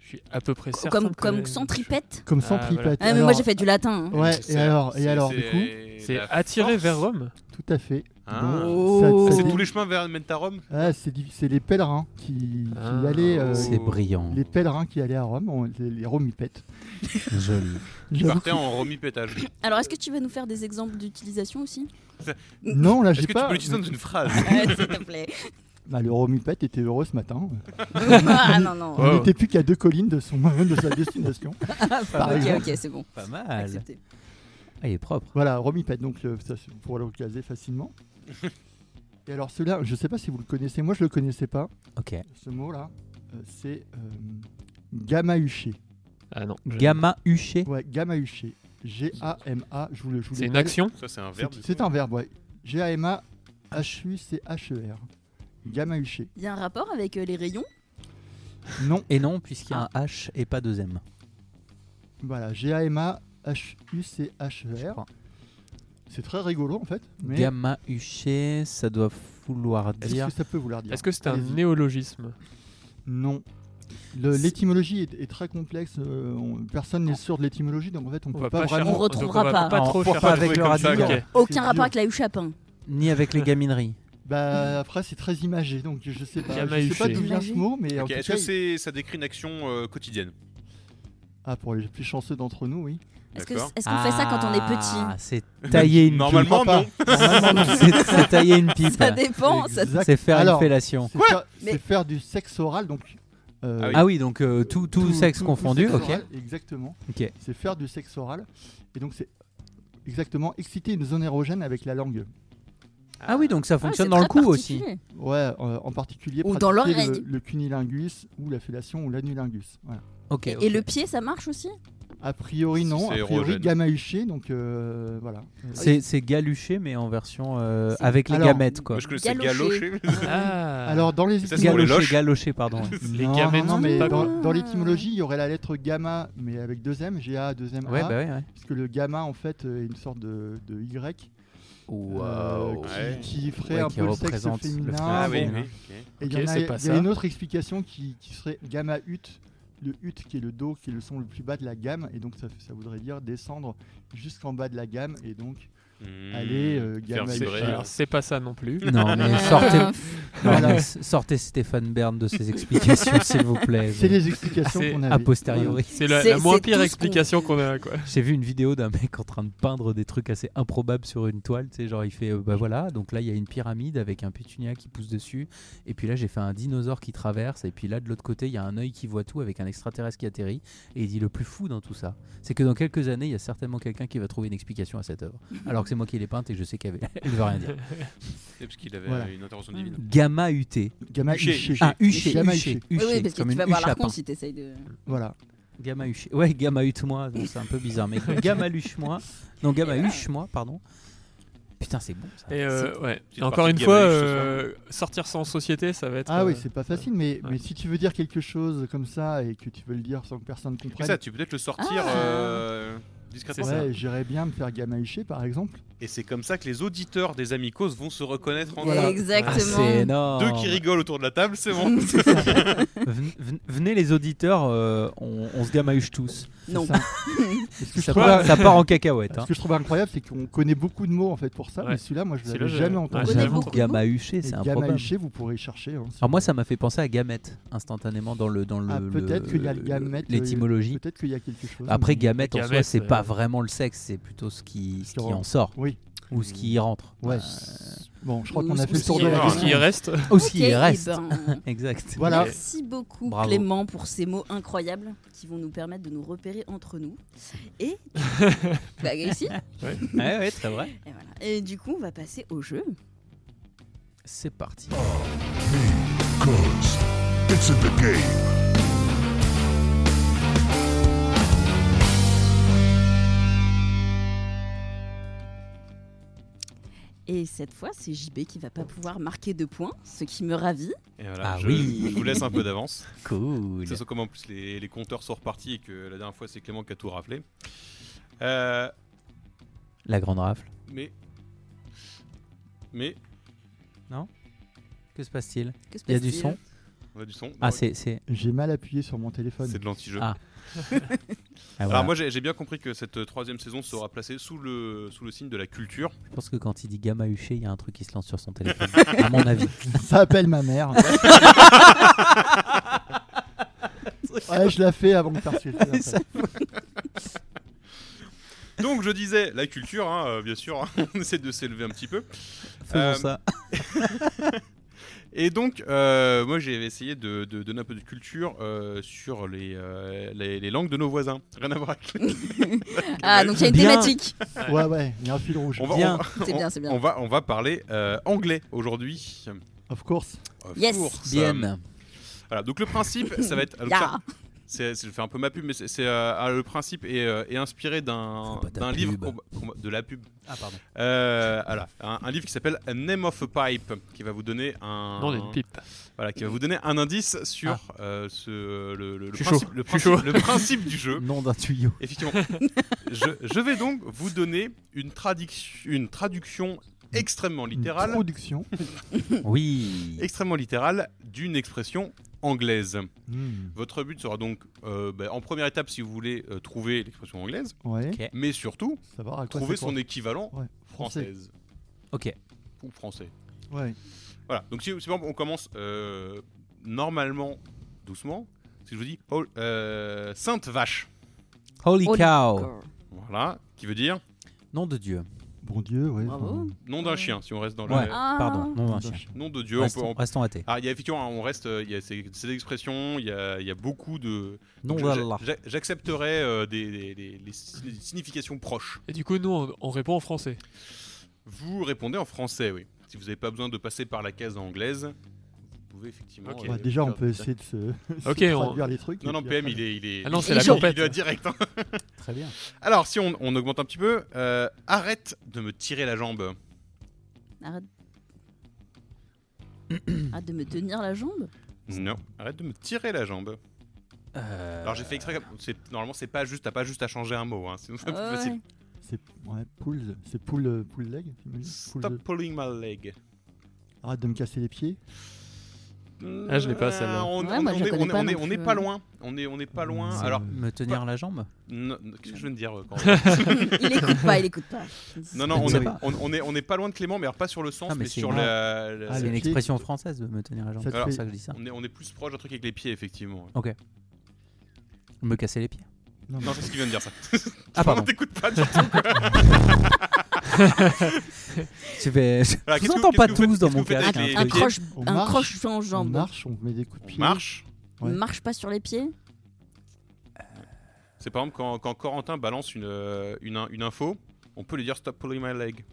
Je suis à peu près certain. Comme que- comme centripète. Comme Ah, centripète. Ah, mais moi Alors, j'ai fait du latin. hein. euh, Ouais, C'est- et alors, et c'est- alors du c'est- coup, C'est ah, la attiré force. vers Rome. tout à fait. Ah. Donc, ça- Oh. ça C'est dit- tous les chemins vers mènent à Rome. Ah, c'est diff- c'est les pèlerins qui, qui Ah. allaient. euh, C'est brillant. les pèlerins qui allaient à Rome, on- les, les romipètes. <laughs> Joli. Qui partaient en romipétage. Alors est-ce que tu vas nous faire des exemples d'utilisation <laughs> aussi Non, là, Est-ce j'ai que tu pas. peux l'utiliser dans une phrase Ouais, S'il te plaît. <laughs> Bah, le romipète était heureux ce matin. ah non non. Oh. On n'était plus qu'à deux collines de, son, <laughs> de sa destination. Par Ok exemple. ok c'est bon. Pas mal. Accepté. Ah, il est propre. Voilà, romipète, donc euh, ça, c'est pour le caser facilement. Et alors, celui-là, je sais pas si vous le connaissez. Moi, je le connaissais pas. Ok. Ce mot-là, euh, c'est euh, gamahuché. Ah non. je- Gamma huché. <laughs> Ouais, gamahuché. G-A-M-A, je vous le je vous C'est une l'appelle. action. Ça, c'est un C'est- verbe. du C'est coup. un verbe, ouais. G-A-M-A-H-U-C-H-E-R. Gamahuché. Il y a un rapport avec euh, les rayons Non, Et non, puisqu'il y a un H et pas deux M. voilà, G-A-M-A-H-U-C-H-E-R. E C'est très rigolo en fait. Mais Gamma huché, ça doit vouloir est-ce dire. que ça peut vouloir dire Est-ce que c'est un Allez-y. néologisme Non. Le- C'est- L'étymologie est, est très complexe. euh, on- personne n'est sûr de l'étymologie, donc en fait, on ne peut pas, chercher. vraiment. On retrouvera Donc, on va pas. Pas Alors, trop pas chercher. avec le Comme ça, radical. ok. C'est Aucun rapport dur. avec la huche à pain. Ni avec les gamineries. Bah, après, c'est très imagé, donc je sais pas. Je sais Gamahuché. pas d'où vient ce mot, mais en Ok, tout Est-ce cas, que il- c'est ça décrit une action euh, quotidienne ah, pour les plus chanceux d'entre nous, oui. Est-ce que- D'accord. est-ce qu'on fait ça quand on est Ah, petit C'est <laughs> tailler une pipe. Normalement, non. C'est c'est tailler une pipe. Ça <laughs> dépend. ça- Exact. C'est faire Alors, une fellation. C'est faire, Mais- c'est faire du sexe oral, donc. euh, Ah oui. Ah oui, donc euh, tout, tout, sexe tout- tout confondu, sexe ok. oral, exactement. Ok. C'est faire du sexe oral. Et donc, c'est exactement exciter une zone érogène avec la langue. Ah oui, donc ça fonctionne Ah, dans le c'est très cou aussi. particulier. Ouais, euh, en particulier Ou dans pratiquer l'oreille. le, le cunilingus ou la fellation ou l'anulingus. Voilà. Ok. Et- ok. Et le pied, ça marche aussi A priori, non. A C'est priori, érogène. gamahuché, donc euh, voilà. C'est c'est galuché, mais en version euh, C'est- avec les Alors, gamettes, quoi. Moi, je connaissais Galocher. galocher. <laughs> Ah. Alors, dans les Ça, c'est pour les Galoché, loches. galoché, pardon. <laughs> ouais. les Non, gamins non, sont mais pas dans, bons. dans l'étymologie, il y aurait la lettre gamma, mais avec deux M, G-A, deux M, Ouais, bah A, ouais, ouais. parce que le gamma, en fait, euh, est une sorte de, de Y euh, Waouh. qui, Ouais. qui ferait Ouais, un qui peu le sexe représente le féminin. féminin. Ah bon, oui, bon. oui. ok. Et il Ok, y, en a, c'est pas il y a ça. une autre explication qui, qui serait gamma ut, le ut qui est le dos, qui est le son le plus bas de la gamme, et donc ça, ça voudrait dire descendre jusqu'en bas de la gamme, et donc Mmh. aller euh, Faire gamma vibrer. ut. Alors, c'est pas ça non <laughs> plus. Non, <laughs> mais sortez, Euh, non, Voilà. mais s- sortez Stéphane Bern de ses explications, s'il vous plaît. C'est les explications C'est qu'on A avait. posteriori. C'est la, C'est- la moins c'est tout pire ce explication qu'on a quoi. J'ai vu une vidéo d'un mec en train de peindre des trucs assez improbables sur une toile. Tu sais, genre, il fait euh, bah voilà, donc là, il y a une pyramide avec un pétunia qui pousse dessus. Et puis là, j'ai fait un dinosaure qui traverse. Et puis là, de l'autre côté, il y a un œil qui voit tout avec un extraterrestre qui atterrit. Et il dit le plus fou dans tout ça, c'est que dans quelques années, il y a certainement quelqu'un qui va trouver une explication à cette œuvre. Alors que c'est moi qui l'ai peinte et je sais qu'elle elle veut rien dire. C'est parce qu'il avait Voilà. une intervention Mmh. divine. Gamma UT. Gamma Huché, huché. Ah, huché, Gamma huché, huché. Oui, huché, oui, parce que comme tu une vas voir huche à l'arcon pain. si t'essayes de. Voilà. Gamma huché. Ouais, gamma hute moi, donc c'est un peu bizarre. <laughs> Mais gamma luche moi. Non, gamma huche moi, pardon. Putain, c'est bon ça. Et euh, ouais. petite Et encore une partie de fois, gamage, ce euh, sortir sans société, ça va être. Ah euh, oui, c'est pas facile, mais, ouais. mais si tu veux dire quelque chose comme ça et que tu veux le dire sans que personne Et comprenne, ça, tu peux peut-être le sortir Ah. euh, discrètement. C'est ça. ouais, j'irais bien me faire gamahuché par exemple. Et c'est comme ça que les auditeurs des Amicos vont se reconnaître en Voilà. Ah, c'est Exactement. énorme. Deux qui rigolent autour de la table, Ah, c'est Mmh. bon. Ven- ven- Venez les auditeurs, euh, on, on se gamahuche tous. <laughs> <laughs> c'est Non. ça. Et ce que je Ça trouve- part, ça part en cacahuète. Ce Hein. que je trouve incroyable, c'est qu'on connaît beaucoup de mots en fait pour ça, Ouais. mais celui-là, moi, je Celui-là, l'avais je- jamais ouais, entendu. j'ai jamais vraiment entendu. Gamahuché, c'est Et improbable. gamahuché, vous pourrez chercher. hein, si Alors moi, vous- ça m'a fait penser à gamette instantanément dans le dans le. Ah, le- peut-être qu'il y a le gamète, euh, L'étymologie. Peut-être qu'il y a quelque chose. Après, mais- gamète en soi, Gamète, c'est euh, pas vraiment le sexe, c'est plutôt ce qui, ce Ce qui qui rentre. en sort Oui. ou ce qui Euh, y rentre. Ouais. Bon, je crois qu'on a Ou- fait le ou tour de ce la qui- Qu'est-ce qu'il question. y reste Aussi, Ok, il eh reste. ben, Exact. Voilà. Merci beaucoup Bravo. Clément pour ces mots incroyables qui vont nous permettre de <laughs> nous repérer entre nous. Et. bah, ici. Ouais, ouais, c'est vrai. Et voilà. Et du coup, on va passer au jeu. C'est parti. Cause it's in the game. Et cette fois, c'est JB qui va pas pouvoir marquer de points, ce qui me ravit. Et voilà, Ah je, oui. je vous laisse un peu d'avance. <laughs> Cool. Ça sent comme en plus les, les compteurs sont repartis et que la dernière fois c'est Clément qui a tout raflé. Euh, La grande rafle. mais. Mais. Que se passe-t-il Que se Il y a du passe-t-il son On a du son. Ah, c'est. c'est- J'ai mal appuyé sur mon téléphone. C'est de l'anti-jeu. Ah. Ah, voilà. Alors moi j'ai j'ai bien compris que cette euh, troisième saison sera placée sous le, sous le signe de la culture. Je pense que quand il dit gamma huché, il y a un truc qui se lance sur son <laughs> téléphone. à mon avis. Ça appelle ma mère. ouais, je la fais avant que tu Donc je disais la culture, hein, euh, bien sûr, hein, <laughs> on essaie de s'élever un petit peu. Faisons Euh, ça. Et donc, euh, moi, j'ai essayé de, de donner un peu de culture euh, sur les, euh, les, les langues de nos voisins. Rien à voir avec les- <laughs> Ah, donc il y a une Bien. thématique. Ouais, ouais, il y a un fil rouge. <laughs> on va, Bien. on- C'est on- bien, c'est bien. on va, on va parler euh, anglais aujourd'hui. Of course. Of Yes. course. Bien. Voilà, donc le principe, ça <laughs> va être... alors, Ya. ça- c'est- c'est- je fais un peu ma pub, mais c'est, c'est, euh, ah, le principe est, euh, est inspiré d'un, Fais pas ta d'un livre pub. qu'on- qu'on- de la pub. Ah, pardon. Euh, voilà, un, un livre qui s'appelle A Name of a Pipe, qui va vous donner un... Non, d'une pipe. Ah. Voilà, qui va vous donner un indice sur euh, ce, le, le- le Je suis principe, chaud, le je suis principe- le principe du <laughs> jeu. Nom d'un tuyau. Effectivement. je, je vais donc vous donner une, tradic- une traduction extrêmement Une littérale, production. Oui. extrêmement littérale d'une expression anglaise. Hmm, Votre but sera donc, euh, bah, en première étape, si vous voulez euh, trouver l'expression anglaise, Ouais, Ok. mais surtout savoir à quoi trouver c'est pour- son équivalent Ouais, français. française Ok. ou français. Ouais. Voilà. Donc si, si par exemple, on commence euh, normalement doucement, si je vous dis oh, euh, Sainte Vache, Holy Holy cow. cow. voilà, qui veut dire Nom de Dieu. Bon Dieu, ouais. Bravo. nom d'un chien, si on reste dans le Ouais. Ah. Pardon. Nom d'un enfin, chien. nom de Dieu. on peut- Restons, on restons athées. Ah, il y a effectivement, hein, on reste, euh, il y a ces, ces expressions, il y a, il y a beaucoup de. Nom Je- d'Allah. j'a- J'accepterai euh, des, des- des- les si- les significations proches. Et du coup, nous, on, on répond en français. Vous répondez en français, oui. Si vous n'avez pas besoin de passer par la case anglaise, vous pouvez effectivement. Ok. euh, Bah, déjà, on faire- peut essayer de se, <laughs> se Ok, on- traduire les trucs. Non, et non, puis PM, après- il est. Il est... Ah non, c'est il la est- compète. Il est direct. hein. Très bien. Alors, si on, on augmente un petit peu, euh, arrête de me tirer la jambe. Arrête. <coughs> Arrête de me tenir la jambe. Non, arrête de me tirer la jambe. Alors, j'ai fait exprès. comme- c'est- Normalement, c'est pas juste, t'as pas juste à changer un mot, hein, sinon c'est Ah plus ouais. facile. C'est ouais, pull, c'est pull, euh, pull leg. j'imagine. Pull- Stop pulling my leg. Arrête de me casser les pieds. Ah, je l'ai pas, celle-là. Euh, On Ouais, on- moi, je on la est- connais on est- pas on est- non on est plus, pas ouais. loin. On est on est pas loin. C'est- Ah, Alors, bah, Me tenir la jambe Ah, non, non, qu'est-ce que je viens de dire euh, quand- Il écoute pas, il écoute pas. Non, non, on C'est est, pas- on, on est, on est pas loin de Clément, mais alors pas sur le sens, Ah, mais mais, c'est sur marrant. la. la- Ah, C'est le une pied. expression française de me tenir la jambe. Ça C'est te pour fait- ça que je dis ça. on, est, on est plus proche d'un truc avec les pieds, effectivement. Me casser les pieds. <laughs> Non, c'est ce qu'il vient de dire, ça. <laughs> Ah, on pardon. t'écoute pas, surtout. Je vais. Je vous Voilà, qu'est-ce que- entends pas qu'est-ce que vous tous faites- dans qu'est-ce mon que vous faites Un, casque. avec hein, un le truc. croche, On un marche, croche en On jambe. marche, on met des coups de On pied. marche. Ouais. Marche pas sur les pieds. C'est par exemple quand, quand Corentin balance une, euh, une, une info, on peut lui dire stop pulling my leg.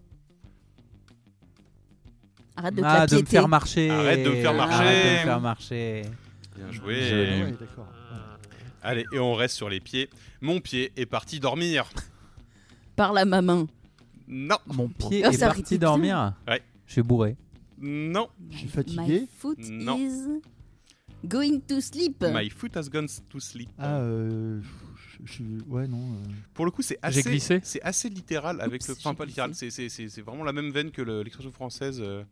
Arrête de te la Ah, de me piéter. faire marcher. Arrête de me faire Arrête marcher. de me faire marcher. Bien Ouais, joué. Ah ouais, d'accord. Ouais. Allez, et on reste sur les pieds. Mon pied est parti dormir. Par la ma main. Non, Mon pied Oh, est ça parti récupère. dormir. Ouais. Je suis <laughs> bourré. non. Je suis fatigué. My foot Non. is going to sleep. My foot has gone to sleep. Ah, euh, je- je suis. Ouais, non. euh, Pour le coup, c'est J'ai assez, glissé. c'est assez littéral avec Oups, le. Enfin, j'ai pas littéral, c'est, c'est- c'est- c'est vraiment la même veine que le- l'expression française. euh.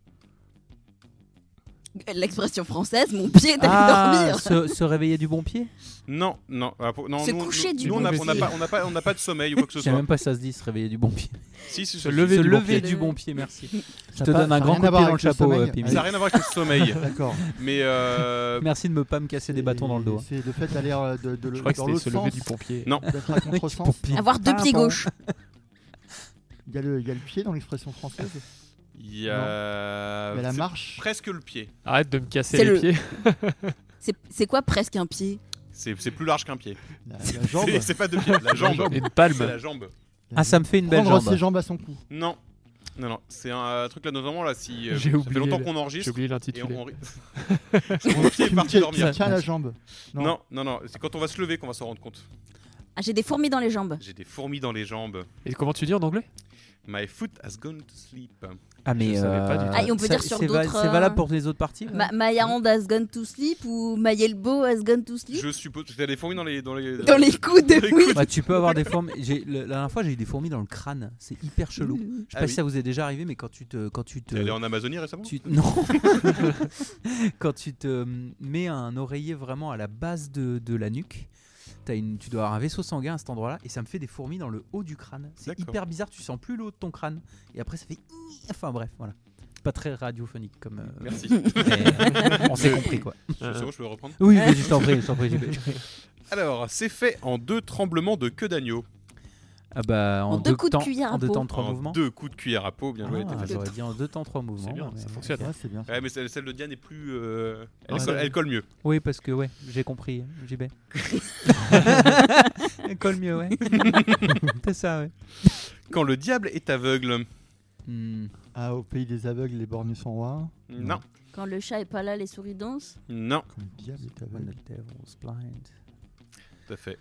L'expression française, mon pied est allé Ah, dormir. se, se réveiller du bon pied Non, non. ah, pour- non Se nous, coucher nous- du nous, on bon a- pied. on n'a pas, on n'a pas, on n'a pas de sommeil ou quoi que Je ce sais soit. même pas si ça se dit, se réveiller du bon pied. Si, si, Se si, lever se du bon lever pied. du bon pied, merci. Je ça te a pas- donne un ça a grand rien coup de à pied voir dans le avec chapeau, sommeil. euh, Pim. Ça n'a rien à voir avec <laughs> le sommeil. <laughs> D'accord. Mais euh, Merci de me pas me casser des bâtons dans le <laughs> dos. C'est le fait d'aller euh, de, de, Je crois que dans c'était l'autre se lever sens, du pompier. Non. <laughs> d'être à Pour contresens. Pim. Avoir deux pieds gauche. Il y, a le, il y a le pied dans l'expression française, il y a. mais la Ah, c'est <laughs> marche, Presque le pied. Arrête de me casser C'est les le- pieds. C'est c'est quoi presque un pied C'est, c'est plus large qu'un pied. la, la jambe, <laughs> C'est, c'est pas deux pieds, la jambe. Une C'est palme. la jambe. Ah, ça me fait une belle prendre jambe. ses jambes à son cou. Non. Non, non, c'est un euh, truc là, notamment là, si. euh, ça J'ai fait oublié longtemps le- qu'on J'ai enregistre. oublié Et on, l'intitulé. on ri- <laughs> Mon pied est parti Tiens- dormir. Tiens la jambe. Non. Non, non, non, c'est quand on va se lever qu'on va s'en rendre compte. Ah, j'ai des fourmis dans les jambes. J'ai des fourmis dans les jambes. Et comment tu dis en anglais My foot has gone to sleep. Ah, mais. Je savais pas du tout. Ah, et on peut ça- dire sur c'est va- d'autres, C'est euh, valable pour les autres parties Ma Maya Hand has gone to sleep ou Mayelbo has gone to sleep Je suppose. J'ai des fourmis dans les. Dans les, Dans les coudes, les oui. coudes. Bah, tu peux avoir des fourmis. j'ai- le- La dernière fois, j'ai eu des fourmis dans le crâne. C'est hyper chelou. Mmh. Je sais pas Ah si oui. ça vous est déjà arrivé, mais quand tu te. Quand tu te... T'es allé en Amazonie récemment Tu- Non <laughs> Quand tu te mets un oreiller vraiment à la base de, de la nuque, as une... tu dois avoir un vaisseau sanguin à cet endroit-là, et ça me fait des fourmis dans le haut du crâne. C'est D'accord. hyper bizarre, tu sens plus l'eau de ton crâne, et après ça fait... Enfin bref, voilà. Pas très radiophonique comme... euh, Merci. mais <laughs> on s'est compris quoi. C'est bon, je peux reprendre. Oui, mais je t'en prie, je t'en prie. je t'en prie. Alors, c'est fait en deux tremblements de queue d'agneau. Ah bah, en, En deux coups de temps, cuillère à en deux peau. temps, trois en mouvements. deux coups de cuillère à peau, bien joué. t'as Ah, fait ça. J'aurais dit en deux temps, trois mouvements. C'est bien, mais- ça C'est fonctionne. vrai, c'est bien. Ouais, mais celle, celle de Diane est plus. euh, elle, Non, colle, ça- elle colle mieux. Oui, parce que ouais, j'ai compris, <laughs> JB. Colle mieux, ouais. C'est ça, ouais. Quand le diable est aveugle. Hmm. Ah, au pays des aveugles, les borgnes sont rois. Non, Quand le chat est pas là, les souris dansent. non, Quand le diable uh, est aveugle. blind. tout à fait.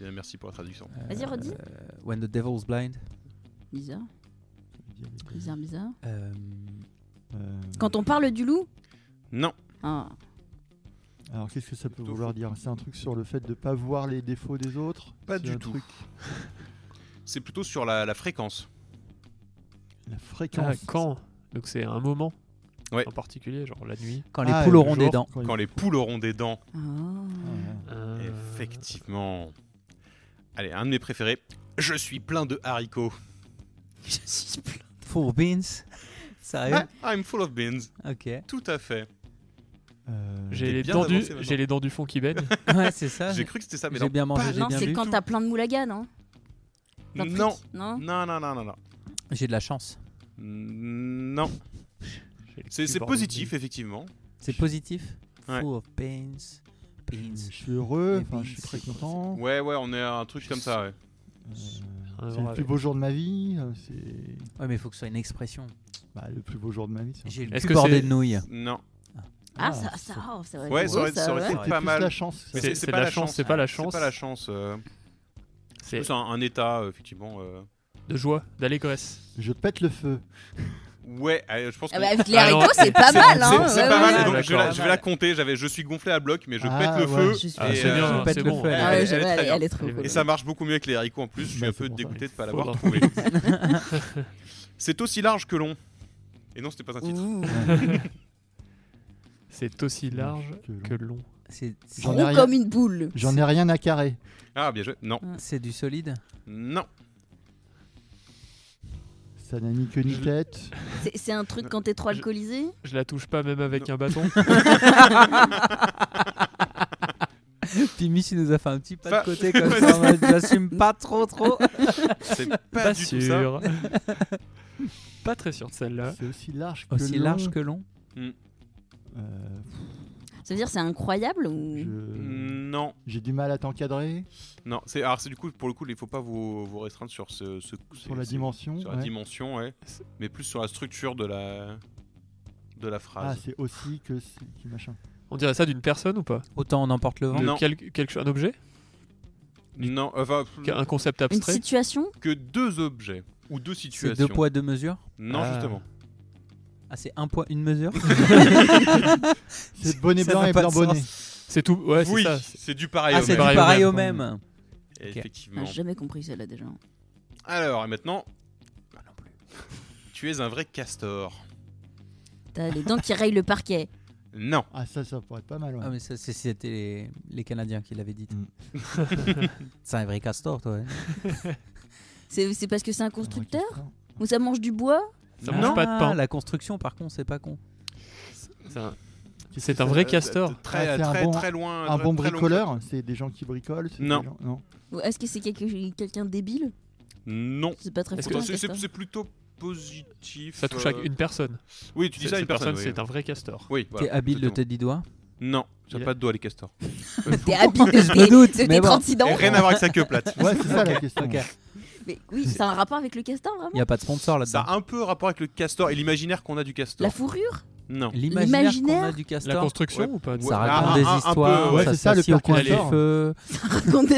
Bien, merci pour la traduction. Vas-y, redis. Euh, uh, when the devil's blind. Bizarre, Le diable est aveugle. bizarre, bizarre. Euh, Euh, Quand on parle du loup Non, Ah. Alors, qu'est-ce que ça peut Plutôt vouloir faux. dire C'est un truc sur le fait de pas voir les défauts des autres Pas C'est du un tout. truc- c'est plutôt sur la, la fréquence. la Ah, fréquence. quand Donc c'est un moment Ouais. en particulier, genre la nuit. quand les Ah, poules le auront des jour, dents. il- Quand les poules auront des dents. Ah. Ah, ouais. Euh, Effectivement. Allez, un de mes préférés. Je suis plein de haricots. Je suis plein. Four beans. <laughs> Sérieux Ah, I'm full of beans. Ok. Tout à fait. Euh, J'ai T'es les, bien dents du, avancé maintenant. j'ai les dents du fond qui baignent. <laughs> Ouais, c'est ça. J'ai cru que c'était ça, mais J'ai non. bien mangé, Ah, j'ai Ah, Non, bien c'est bu. quand t'as plein de moulaga, non Plein de frites, Non, Non non, non, non, non, non. J'ai de la chance. Non. J'ai le C'est cul c'est bordé de positif, effectivement. C'est positif. Ouais. Full of beans. Je Beans. suis heureux, Les enfin, beans, je suis très c'est quoi, content. Ouais, ouais, on est à un truc comme ça, ouais. Euh, Ah, c'est le ouais. plus beau jour de ma vie. euh, C'est Ouais, mais il faut que ce soit une expression. bah, le plus beau jour de ma vie. c'est un J'ai le Est-ce cul que bordé c'est- de nouilles. Non. Ah, Ah, ça, ça, oh, ça aurait Ouais, été ça beau, aurait- ça aurait été ouais. C'est pas plus mal. la chance. Mais ça. c'est- de la chance, c'est pas la chance. C'est pas la chance. euh. C'est C'est un, un état, euh, effectivement. euh. de joie, d'allégresse. Je pète le feu. Ouais, euh, je pense que. Ah bah, avec les Ah non, haricots, c'est pas mal, C'est hein c'est ouais, pas ouais, mal, ouais. et donc ouais. je, la- je vais la D'accord. compter. J'avais, je suis gonflé à bloc, mais je Ah, pète le ouais. feu. Je suis- Ah, Et, c'est euh, bien, je pète c'est le bon. feu. elle- Ah ouais, elle- je- elle est ouais, très elle- bien. elle est trop Elle est cool. Et ça marche beaucoup mieux avec les haricots en plus. Je suis Bah, un c'est peu pour ça. dégoûté de pas Faudra- l'avoir trouvé. <laughs> C'est aussi large que long. Et non, c'était pas un titre. Ouh. Euh, C'est aussi large Que long. que long. C'est- J'en ai Gros rien. comme une boule. J'en ai rien à carrer. Ah, bien joué. Non, C'est du solide. non. Ça n'a ni queue ni Je- tête. C'est- C'est un truc quand t'es trop Je- alcoolisé Je la touche pas même avec Non. un bâton. Pimmy, il nous a fait un petit pas Enfin, de côté <laughs> comme ça. en mode, J'assume pas trop, trop. C'est pas, Pas du tout ça. sûr. <laughs> Pas très sûr de celle-là. C'est aussi large <laughs> que Aussi long. large que long. Euh, <laughs> Ça veut dire c'est incroyable ou... Hmm. je- Non, J'ai du mal à t'encadrer non. C'est alors c'est du coup pour le coup, il faut pas vous, vous restreindre sur ce, ce sur la c'est- dimension. sur ouais. la dimension, ouais. Mais plus sur la structure de la de la Ah, phrase. c'est aussi que c'est- que <laughs> machin. On dirait ça d'une personne ou pas Autant on emporte le vent. De Non. quel- quelque, un objet non, enfin Un concept Une abstrait situation que deux objets ou deux C'est situations. deux poids, deux mesures. Non, Ah. justement. Ah, c'est un poids, une mesure. C'est bonnet Ça blanc n'a et pas blanc de bonnet. sens. C'est tout. Ouais, c'est oui, ça. c'est du pareil Ah, au c'est du même. pareil au pareil même. au même. Ah, Effectivement. J'ai jamais compris celle-là déjà. Alors, et maintenant Tu es un vrai castor. T'as les dents qui rayent le parquet. Non. Ah, ça, ça pourrait être pas mal. ouais. Ah, mais ça, c'est- c'était les, les Canadiens qui l'avaient dit. Mm. <laughs> c'est un vrai castor, toi. hein. C'est c'est parce que c'est un constructeur Ouais, Ou ça mange du bois Ça Non. mange pas de Ah, pain. La construction, par contre, c'est pas con. C'est un- qu'est-ce que C'est un ça- vrai Euh, castor. t- Très, Ah, c'est un très, bon- très loin. Un très- bon très loin. bricoleur, c'est des gens qui bricolent. c'est des Non. gens- <laughs> non. Ou est-ce que c'est quelque- quelqu'un de débile Non. C'est pas très Est-ce fou, que- un C'est- C'est castor. c'est plutôt positif. Ça touche à euh, une personne. Oui, tu dis C'est- ça à une cette personne. oui. c'est un vrai castor. Oui, voilà, T'es habile de exactement. tes dix doigts. Non, j'ai Il a- pas de doigts les castors. T'es habile de me <laughs> <laughs> tes- doute, de mais tes bon. 36 dents <laughs> Et rien à voir avec sa queue plate. Ouais, c'est ça la question. Ok. Mais oui, c'est un rapport avec le castor, vraiment Il n'y a pas de sponsor Ça là-dedans. a un peu rapport avec le castor et l'imaginaire qu'on a du castor. La fourrure Non. L'imaginaire qu'on a L'imaginaire du La castor, construction ou pas Ouais. ça Ah, raconte un- des un peu, histoires, ouais, ça c'est se ça, le passie au père coin du Castor. feu,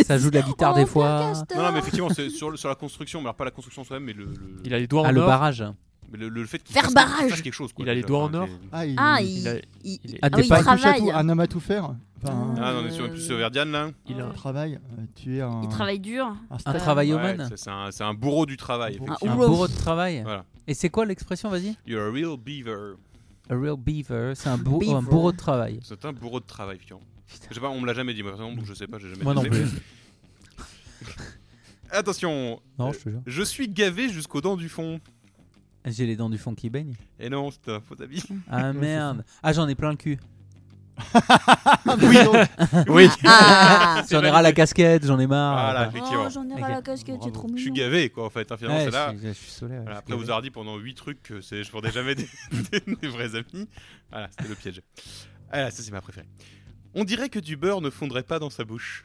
ça joue de la guitare des fois. Non, non, mais effectivement, c'est sur, le- sur la construction, mais alors pas la construction soi-même, mais le, le, Il a les doigts Ah, en le or. barrage. mais le, le fait qu'il Faire fasse, barrage. qu'il fasse quelque chose. quoi, Il a les déjà. doigts en Enfin, or. c'est- Ah, il, Ah, il il, il a- il- il est- Ah, ah oui, t'es il pas touche à travaille. tout, un homme à tout faire. Enfin, Ah non, on est sur, plus sur Verdiane là. Il a- un travail, euh, tu es un, Il travaille dur. un Un star. travaillomane, Ouais, c'est- c'est un, c'est un bourreau du travail. Bon. effectivement. un Ouf. bourreau de travail. Voilà. Et c'est quoi l'expression, vas-y You're a real beaver. A real beaver, c'est un, bour- Beaver. un bourreau de travail. C'est un bourreau de travail, effectivement. Je sais pas, on me l'a jamais dit, moi, par exemple, donc je sais pas, j'ai jamais Moi non testé, plus. mais- <laughs> Attention, Non, je te jure. je suis gavé jusqu'aux dents du fond. J'ai les dents du fond qui baignent. Et non, c'est un faux habit. Ah merde. Ah, j'en ai plein le cul. Oui, Ah, bah, donc, <laughs> Oui. Ah J'en ai ras la casquette, j'en ai marre. Voilà, Enfin, effectivement. Oh, j'en ai ras la casquette, Bravo. c'est trop Je mignon. suis gavé, quoi, en fait, hein, finalement, ouais, c'est là. je suis- je suis saoulé, ouais, Voilà, je suis après vous gavé. avoir dit pendant 8 trucs que c'est- je vendais jamais <laughs> <laughs> des, des- des vrais amis. Voilà, c'était le piège. Ah là, ça c'est ma préférée. On dirait que du beurre ne fondrait pas dans sa bouche.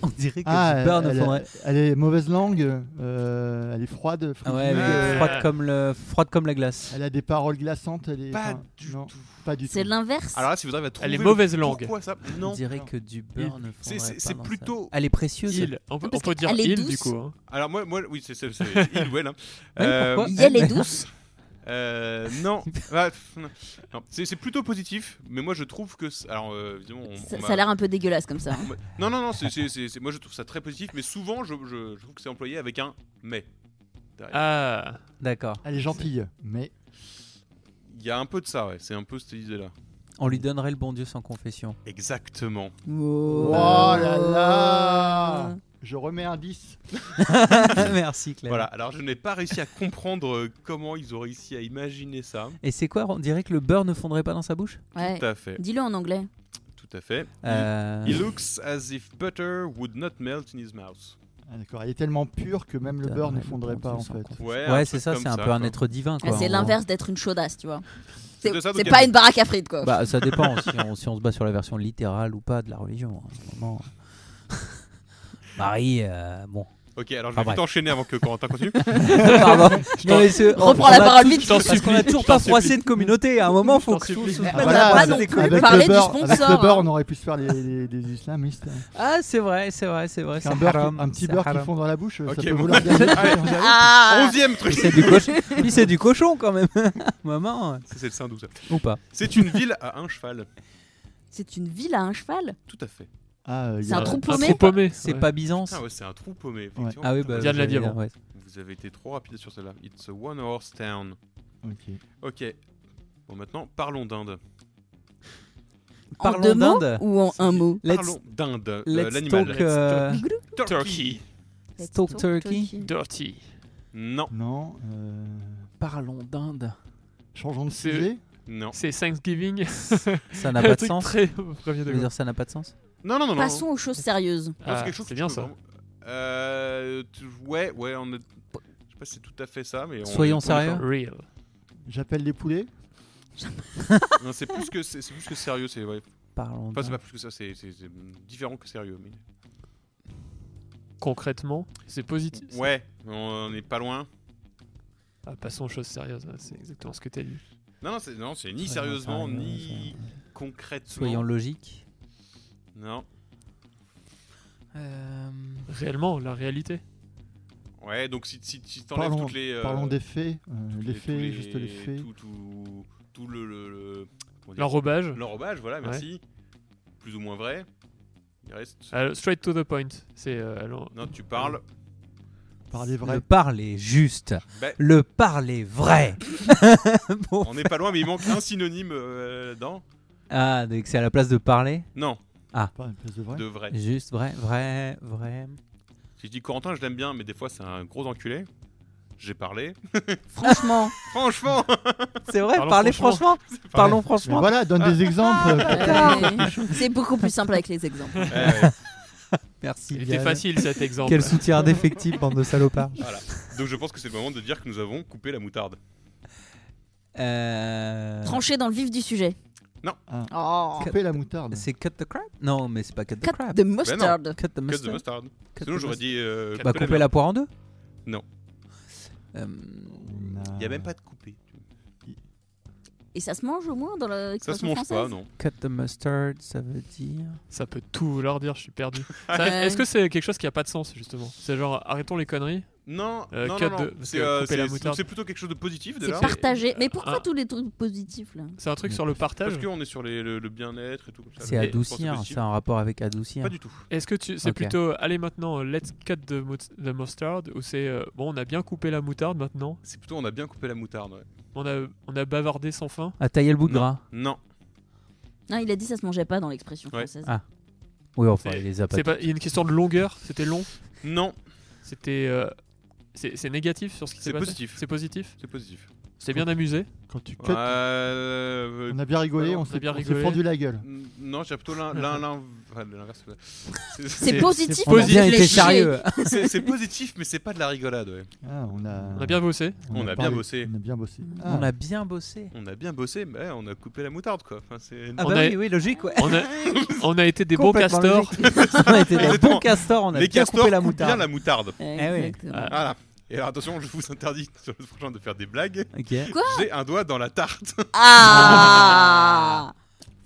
On dirait que ah, du beurre elle, ne fondrait. elle est mauvaise langue, euh, elle est froide, Ah fruitée, ouais, mais Ouais. froide comme le froide comme la glace. elle a des paroles glaçantes, elle est Pas enfin, du non, tout. pas du tout. C'est l'inverse. Alors là, si vous arrivez à trouver. Elle est le- mauvaise langue. Pourquoi ça On Non. dirait Alors, que du beurre ne c'est- fondrait c'est- pas c'est dans plutôt- sa- Elle est précieuse. <laughs> Il. On peut, Parce on peut dire qu'elle est il du douce. coup. hein. Alors moi, moi oui, c'est c'est- c'est <laughs> il ou elle. hein. Ouais, Euh, pourquoi Yel <laughs> est douce. euh, <laughs> non, Ah, pff, non. Non, c'est c'est plutôt positif, mais moi je trouve que. c'est- Alors, euh, évidemment, on- on Ça, m'a- ça a l'air un peu dégueulasse comme ça. hein. Non, non, non, c'est c'est- c'est- c'est- moi je trouve ça très positif, mais souvent je, je- je trouve que c'est employé avec un mais. Ah. D'accord. Elle est gentille, mais Il y a un peu de ça, ouais, c'est un peu cette idée-là. On lui donnerait le bon Dieu sans confession. Exactement. Oh Oh là là Je remets un 10. <laughs> Merci Claire. Voilà, alors je n'ai pas réussi à comprendre euh, comment ils ont réussi à imaginer ça. Et c'est quoi On dirait que le beurre ne fondrait pas dans sa bouche Ouais. Tout à fait, Dis-le en anglais. tout à fait. Euh, He looks as if butter would not melt in his mouth. Ah, D'accord, elle est tellement pure que même le Putain, beurre ne ouais, fondrait bon pas Dieu, en sans fait. confession. Ouais, Ouais, un c'est truc ça, comme c'est un peu quoi. un être divin. Ah, quoi, c'est en l'inverse d'être une chaudasse, tu vois. C'est de ça, donc, c'est elle- pas une baraque à frites, quoi. gros. <laughs> Bah, ça dépend si on, si on se bat sur la version littérale ou pas de la religion. hein, à un moment. euh. Marie, euh, <laughs> bon. Ok, alors je Ah, vais bref. vite enchaîner avant que Corentin continue. Pardon. Non, mais ce- Reprends on la a parole tout- vite. Je t'en Parce qu'on supplie. a toujours pas je t'en froissé supplie. de communauté. À un moment, faut t'en que. supplie. Ah, Bah, voilà, bah, avec- non avec, plus, avec parler le du beurre, avec sponsor. le beurre, on aurait pu se faire les- les- des islamistes. Ah, c'est vrai, c'est vrai, c'est vrai. Parce qu'un c'est beurre qui- haram, un petit c'est beurre qui haram. fond dans la bouche, ça Ok, peut bon. vouloir dire des <laughs> Allez, choses. <laughs> Ah Onzième truc C'est du cochon. Puis c'est du cochon quand même. <laughs> Maman. hein. Ça, C'est le saint ça. Ou pas. C'est une ville à un cheval. C'est une ville à un cheval Tout à fait. Ah, euh, il y C'est a- un trou paumé. trou paumé. C'est ouais. pas Byzance. Ah ouais, c'est un trou paumé. Ouais. effectivement. Ah oui, bah. Diane l'a dit j'allais avant. dire, ouais. Vous avez été trop rapide sur celle-là. It's a one horse town. Ok. Ok. Bon, maintenant, parlons d'Inde. En Parlons deux mots d'Inde. ou en un mot Let's, Parlons d'Inde. euh, let's L'animal. talk. euh, Let's talk Turkey. Stoke Turkey. Dirty. Non, Non, euh, Parlons d'Inde. changeons de C'est- sujet. non. C'est Thanksgiving. Ça n'a Un pas de truc sens. Très premier Je degré. veux dire, ça n'a pas de sens. Non, non, non, non. Passons aux choses sérieuses. Non, Ah, c'est quelque chose c'est que bien tu peux ça. vraiment- Euh, tu- ouais, ouais, on est... Je sais pas si c'est tout à fait ça, mais... on- Soyons on- sérieux. Real. J'appelle les poulets. Non, c'est plus que, c'est, c'est plus que sérieux, c'est... Ouais. Parlons Enfin, c'est pas d'Inde. plus que ça, c'est, c'est- c'est différent que sérieux. Mais... Concrètement, c'est positif. Ouais, on n'est pas loin. Ah, passons aux choses sérieuses. ouais, C'est exactement ce que t'as dit. Non, non, c'est, non, c'est ni Soyons sérieusement, sérieux, ni soyons- concrètement. Soyons logiques. Non. Euh, Réellement, la réalité. Ouais, donc si, si, si t'enlèves Parlons- toutes les... euh, Parlons des faits. euh, toutes les tous faits, juste les faits. Tout, tout, tout le... le, le- comment dire L'enrobage. L'enrobage, voilà, Ouais. merci. Plus ou moins vrai. Il reste... Euh, straight to the point. C'est euh, allons- Non, tu parles. Parler Le vrai. parler juste. Ben- Le parler vrai. Bon. On n'est pas loin, mais il manque un synonyme euh, là-dedans. Ah, donc c'est à la place de parler. Non, Pas une place de vrai. de vrai. Juste vrai, vrai, vrai. Si je dis Corentin, je l'aime bien, mais des fois c'est un gros enculé. J'ai parlé. <laughs> Franchement, Franchement C'est vrai, Parlons parler franchement. franchement. Parlons franchement. Mais voilà, donne Ah. des exemples. euh, c'est beaucoup plus simple avec les exemples. Ouais, ouais. Merci. Il était Diane. facile cet exemple. Quel soutien indéfectible, bande de salopards. Voilà. Donc je pense que c'est le moment de dire que nous avons coupé la moutarde. Euh, Trancher dans le vif du sujet. Non. Ah. Oh. Couper la moutarde. C'est cut the crap Non, mais c'est pas cut the Cut crap. the mustard. Cut the Cut the mustard. mustard. Cut the Sinon j'aurais mustard. dit. euh, Bah, couper couper la poire en deux. Non. Euh, Il n'y a même pas de coupé. Et ça se mange au moins dans la Ça expression se mange pas, française non. cut the mustard, ça veut dire. Ça peut tout vouloir dire, je suis perdu. Ça- Ouais. Est-ce que c'est quelque chose qui a pas de sens, justement C'est genre, arrêtons les conneries Non, Euh, non, cut non, non. de- parce C'est que euh, couper la c'est- moutarde. c'est plutôt quelque chose de positif C'est déjà. partagé. Mais pourquoi Ah. tous les trucs positifs là C'est un truc sur le partage Parce qu'on est sur les- le, le bien-être et tout comme ça. C'est le- je pense que adoucir, positif. c'est un rapport avec adoucir. Pas du tout. Est-ce que tu c'est Ok. plutôt allez maintenant euh, let's cut the, mo- the mustard ou c'est euh, bon on a bien coupé la moutarde maintenant C'est plutôt on a bien coupé la moutarde. ouais. on a on a bavardé sans fin À tailler le bout de gras. Non, Non, il a dit ça se mangeait pas dans l'expression Ouais. française. Ah. Oui, enfin, C'est- il les a pas. c'est pas il y a une question de longueur c'était long non, c'était euh, c'est c'est négatif sur ce qui s'est c'est passé positif. c'est positif C'est positif. c'est bien amusé Quand tu cut, Euh, on a bien rigolé, on on a s'est bien on s'est rigolé. fendu la gueule. Mm, Non, j'ai plutôt l'un- l'un- l'un- enfin, l'inverse. C'est C'est- C'est- positif. c'est On a mais bien je l'ai été chié. sérieux. C'est c'est positif, mais c'est pas de la rigolade. ouais. Ah, on a, on a bien bossé on a bien parlé- bossé. On a bien bossé. Ah, On a bien bossé. On a bien bossé, mais on a coupé la moutarde quoi. Enfin, Ah, c'est- On bah a- oui, logique, ouais. <laughs> on a on a été des bons Complètement castors on était des Exactement. bons castors, on a Les bien castors coupé la coupent bien moutarde. la moutarde. oui. Eh Exactement. Ah. Voilà. Et alors, attention, je vous interdis <laughs> sur le prochain de faire des blagues. Ok. J'ai un doigt dans la tarte. Ah,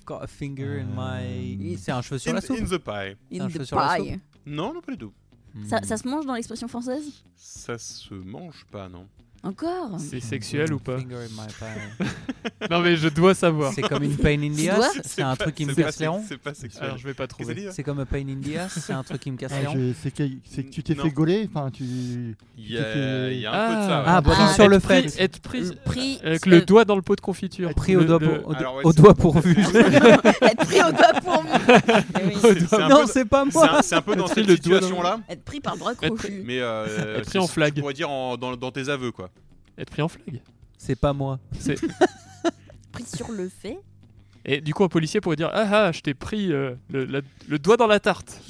Got a finger in my. Euh, C'est un cheveu sur <laughs> In, la soupe. in the pie. In Un the cheveu sur la pie. Non, non, pas du tout. Ça, ça se mange dans l'expression française Ça se mange pas, non. Encore c'est sexuel ou <laughs> pas Finger in my pie. non mais je dois savoir C'est comme une pain in the Tu dois ass. C'est un pas- truc qui me pas- casse les ronds. C'est pas sexuel. alors je vais pas Qu'est-ce que trouver t'as dit, C'est comme a pain in the ass. C'est un truc qui me casse Ah, les ronds. je- c'est que, c'est que tu t'es Non. fait gauler. Enfin, tu. Il y a, il y a un peu de ça. ouais. Ah, pris Ah, sur le être pris- fait. être pris Pris, avec le euh, doigt dans le pot de confiture Pris au Le- doigt, <laughs> le- au, Alors, ouais, au c'est- doigt pourvu. <laughs> être pris au doigt Eh pourvu. C'est- c'est un peu- non, c'est pas c'est moi. <laughs> un- c'est un peu dans Pris cette le doigt dans- situation-là. Être pris par le bras Être crochu. Mais euh, Être pris en c'est- flag. On pourrait dire en- dans, dans tes aveux, quoi. être pris en flag C'est pas moi. Pris sur le fait. Et du coup, un policier pourrait dire Ah ah, je t'ai pris euh, le, la- le doigt dans la tarte.